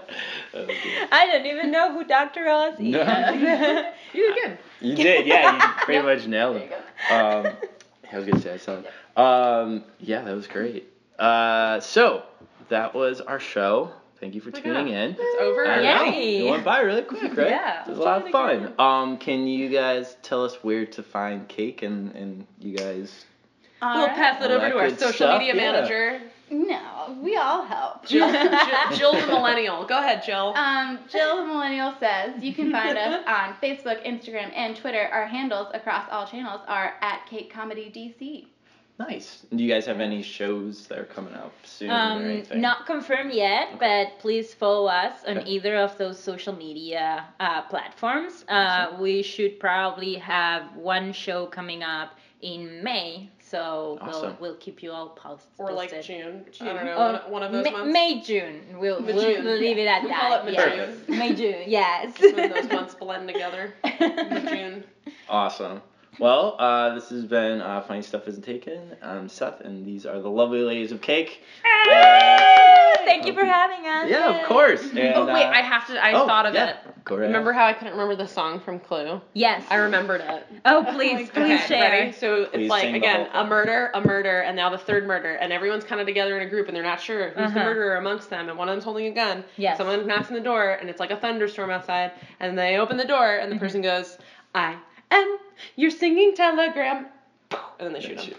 [SPEAKER 1] That was good.
[SPEAKER 4] I don't even know who Dr. Oz is.
[SPEAKER 1] No.
[SPEAKER 2] You did good.
[SPEAKER 1] You did, yeah.
[SPEAKER 2] (laughs)
[SPEAKER 1] You pretty
[SPEAKER 2] Yep.
[SPEAKER 1] much nailed
[SPEAKER 2] There
[SPEAKER 1] it.
[SPEAKER 2] you go.
[SPEAKER 1] (laughs) Um, I was gonna say something. Um, yeah, that was great. Uh, so that was our show. Thank you for
[SPEAKER 3] Oh my
[SPEAKER 1] tuning
[SPEAKER 3] God.
[SPEAKER 1] in.
[SPEAKER 3] It's over.
[SPEAKER 1] I
[SPEAKER 4] Yeah.
[SPEAKER 1] know.
[SPEAKER 3] already?
[SPEAKER 4] Yay.
[SPEAKER 1] It went by really quick, right?
[SPEAKER 4] Yeah.
[SPEAKER 1] It was a lot of
[SPEAKER 3] Let's try it
[SPEAKER 1] fun. Um, can you guys tell us where to find cake and, and you guys?
[SPEAKER 2] All
[SPEAKER 3] We'll
[SPEAKER 2] right.
[SPEAKER 3] pass it
[SPEAKER 1] All
[SPEAKER 3] over
[SPEAKER 1] that
[SPEAKER 3] to our
[SPEAKER 1] good
[SPEAKER 3] social
[SPEAKER 1] stuff,
[SPEAKER 3] media
[SPEAKER 1] yeah.
[SPEAKER 3] manager,
[SPEAKER 2] No, we all help. (laughs)
[SPEAKER 3] Jill, Jill, (laughs) Jill the millennial. Go ahead, Jill.
[SPEAKER 2] Um, Jill the Millennial says you can find
[SPEAKER 3] (laughs)
[SPEAKER 2] us on Facebook, Instagram, and Twitter. Our handles across all channels are at Kate Comedy DC.
[SPEAKER 1] Nice. Do you guys have any shows that are coming up soon or
[SPEAKER 4] Um,
[SPEAKER 1] anything?
[SPEAKER 4] not confirmed yet, but please follow us on
[SPEAKER 1] Okay.
[SPEAKER 4] either of those social media uh, platforms. Uh, we should probably have one show coming up in May, so
[SPEAKER 1] Awesome.
[SPEAKER 4] we'll, we'll keep you all post-
[SPEAKER 3] or
[SPEAKER 4] posted.
[SPEAKER 3] like June. Um, I
[SPEAKER 4] June.
[SPEAKER 3] don't know.
[SPEAKER 4] Or
[SPEAKER 3] one of- one of those
[SPEAKER 4] May,
[SPEAKER 3] months.
[SPEAKER 4] May, June. We'll,
[SPEAKER 3] May,
[SPEAKER 4] we'll,
[SPEAKER 3] June.
[SPEAKER 4] we'll leave it at
[SPEAKER 3] We call it
[SPEAKER 4] that.
[SPEAKER 3] May,
[SPEAKER 4] yes.
[SPEAKER 1] June.
[SPEAKER 4] May, June, yes.
[SPEAKER 3] when those
[SPEAKER 4] (laughs)
[SPEAKER 3] months blend (laughs) together. May, June.
[SPEAKER 1] Awesome. Well, uh, this has been uh, Funny Stuff Isn't Taken. I'm Seth, and these are the lovely ladies of cake.
[SPEAKER 4] Thank you for having us.
[SPEAKER 1] Yeah, of course. And,
[SPEAKER 3] oh wait,
[SPEAKER 1] uh,
[SPEAKER 3] I have to. I
[SPEAKER 1] oh,
[SPEAKER 3] thought of
[SPEAKER 1] yeah,
[SPEAKER 3] it.
[SPEAKER 1] Go right
[SPEAKER 3] Remember how I couldn't remember the song from Clue?
[SPEAKER 4] Yes.
[SPEAKER 3] I remembered it.
[SPEAKER 4] Oh, please, please
[SPEAKER 3] Okay,
[SPEAKER 4] share.
[SPEAKER 3] ready? So it's
[SPEAKER 1] Please
[SPEAKER 3] like
[SPEAKER 1] sing the
[SPEAKER 3] again,
[SPEAKER 1] whole
[SPEAKER 3] a
[SPEAKER 1] thing.
[SPEAKER 3] murder, a murder, and now the third murder, and everyone's kind of together in a group, and they're not sure who's the
[SPEAKER 4] Uh-huh.
[SPEAKER 3] murderer amongst them, and one of them's holding a gun.
[SPEAKER 4] Yes.
[SPEAKER 3] Someone knocks on the door, and it's like a thunderstorm outside, and they open the door,
[SPEAKER 4] Mm-hmm.
[SPEAKER 3] and the person goes, "I am your singing telegram," and then they shoot him.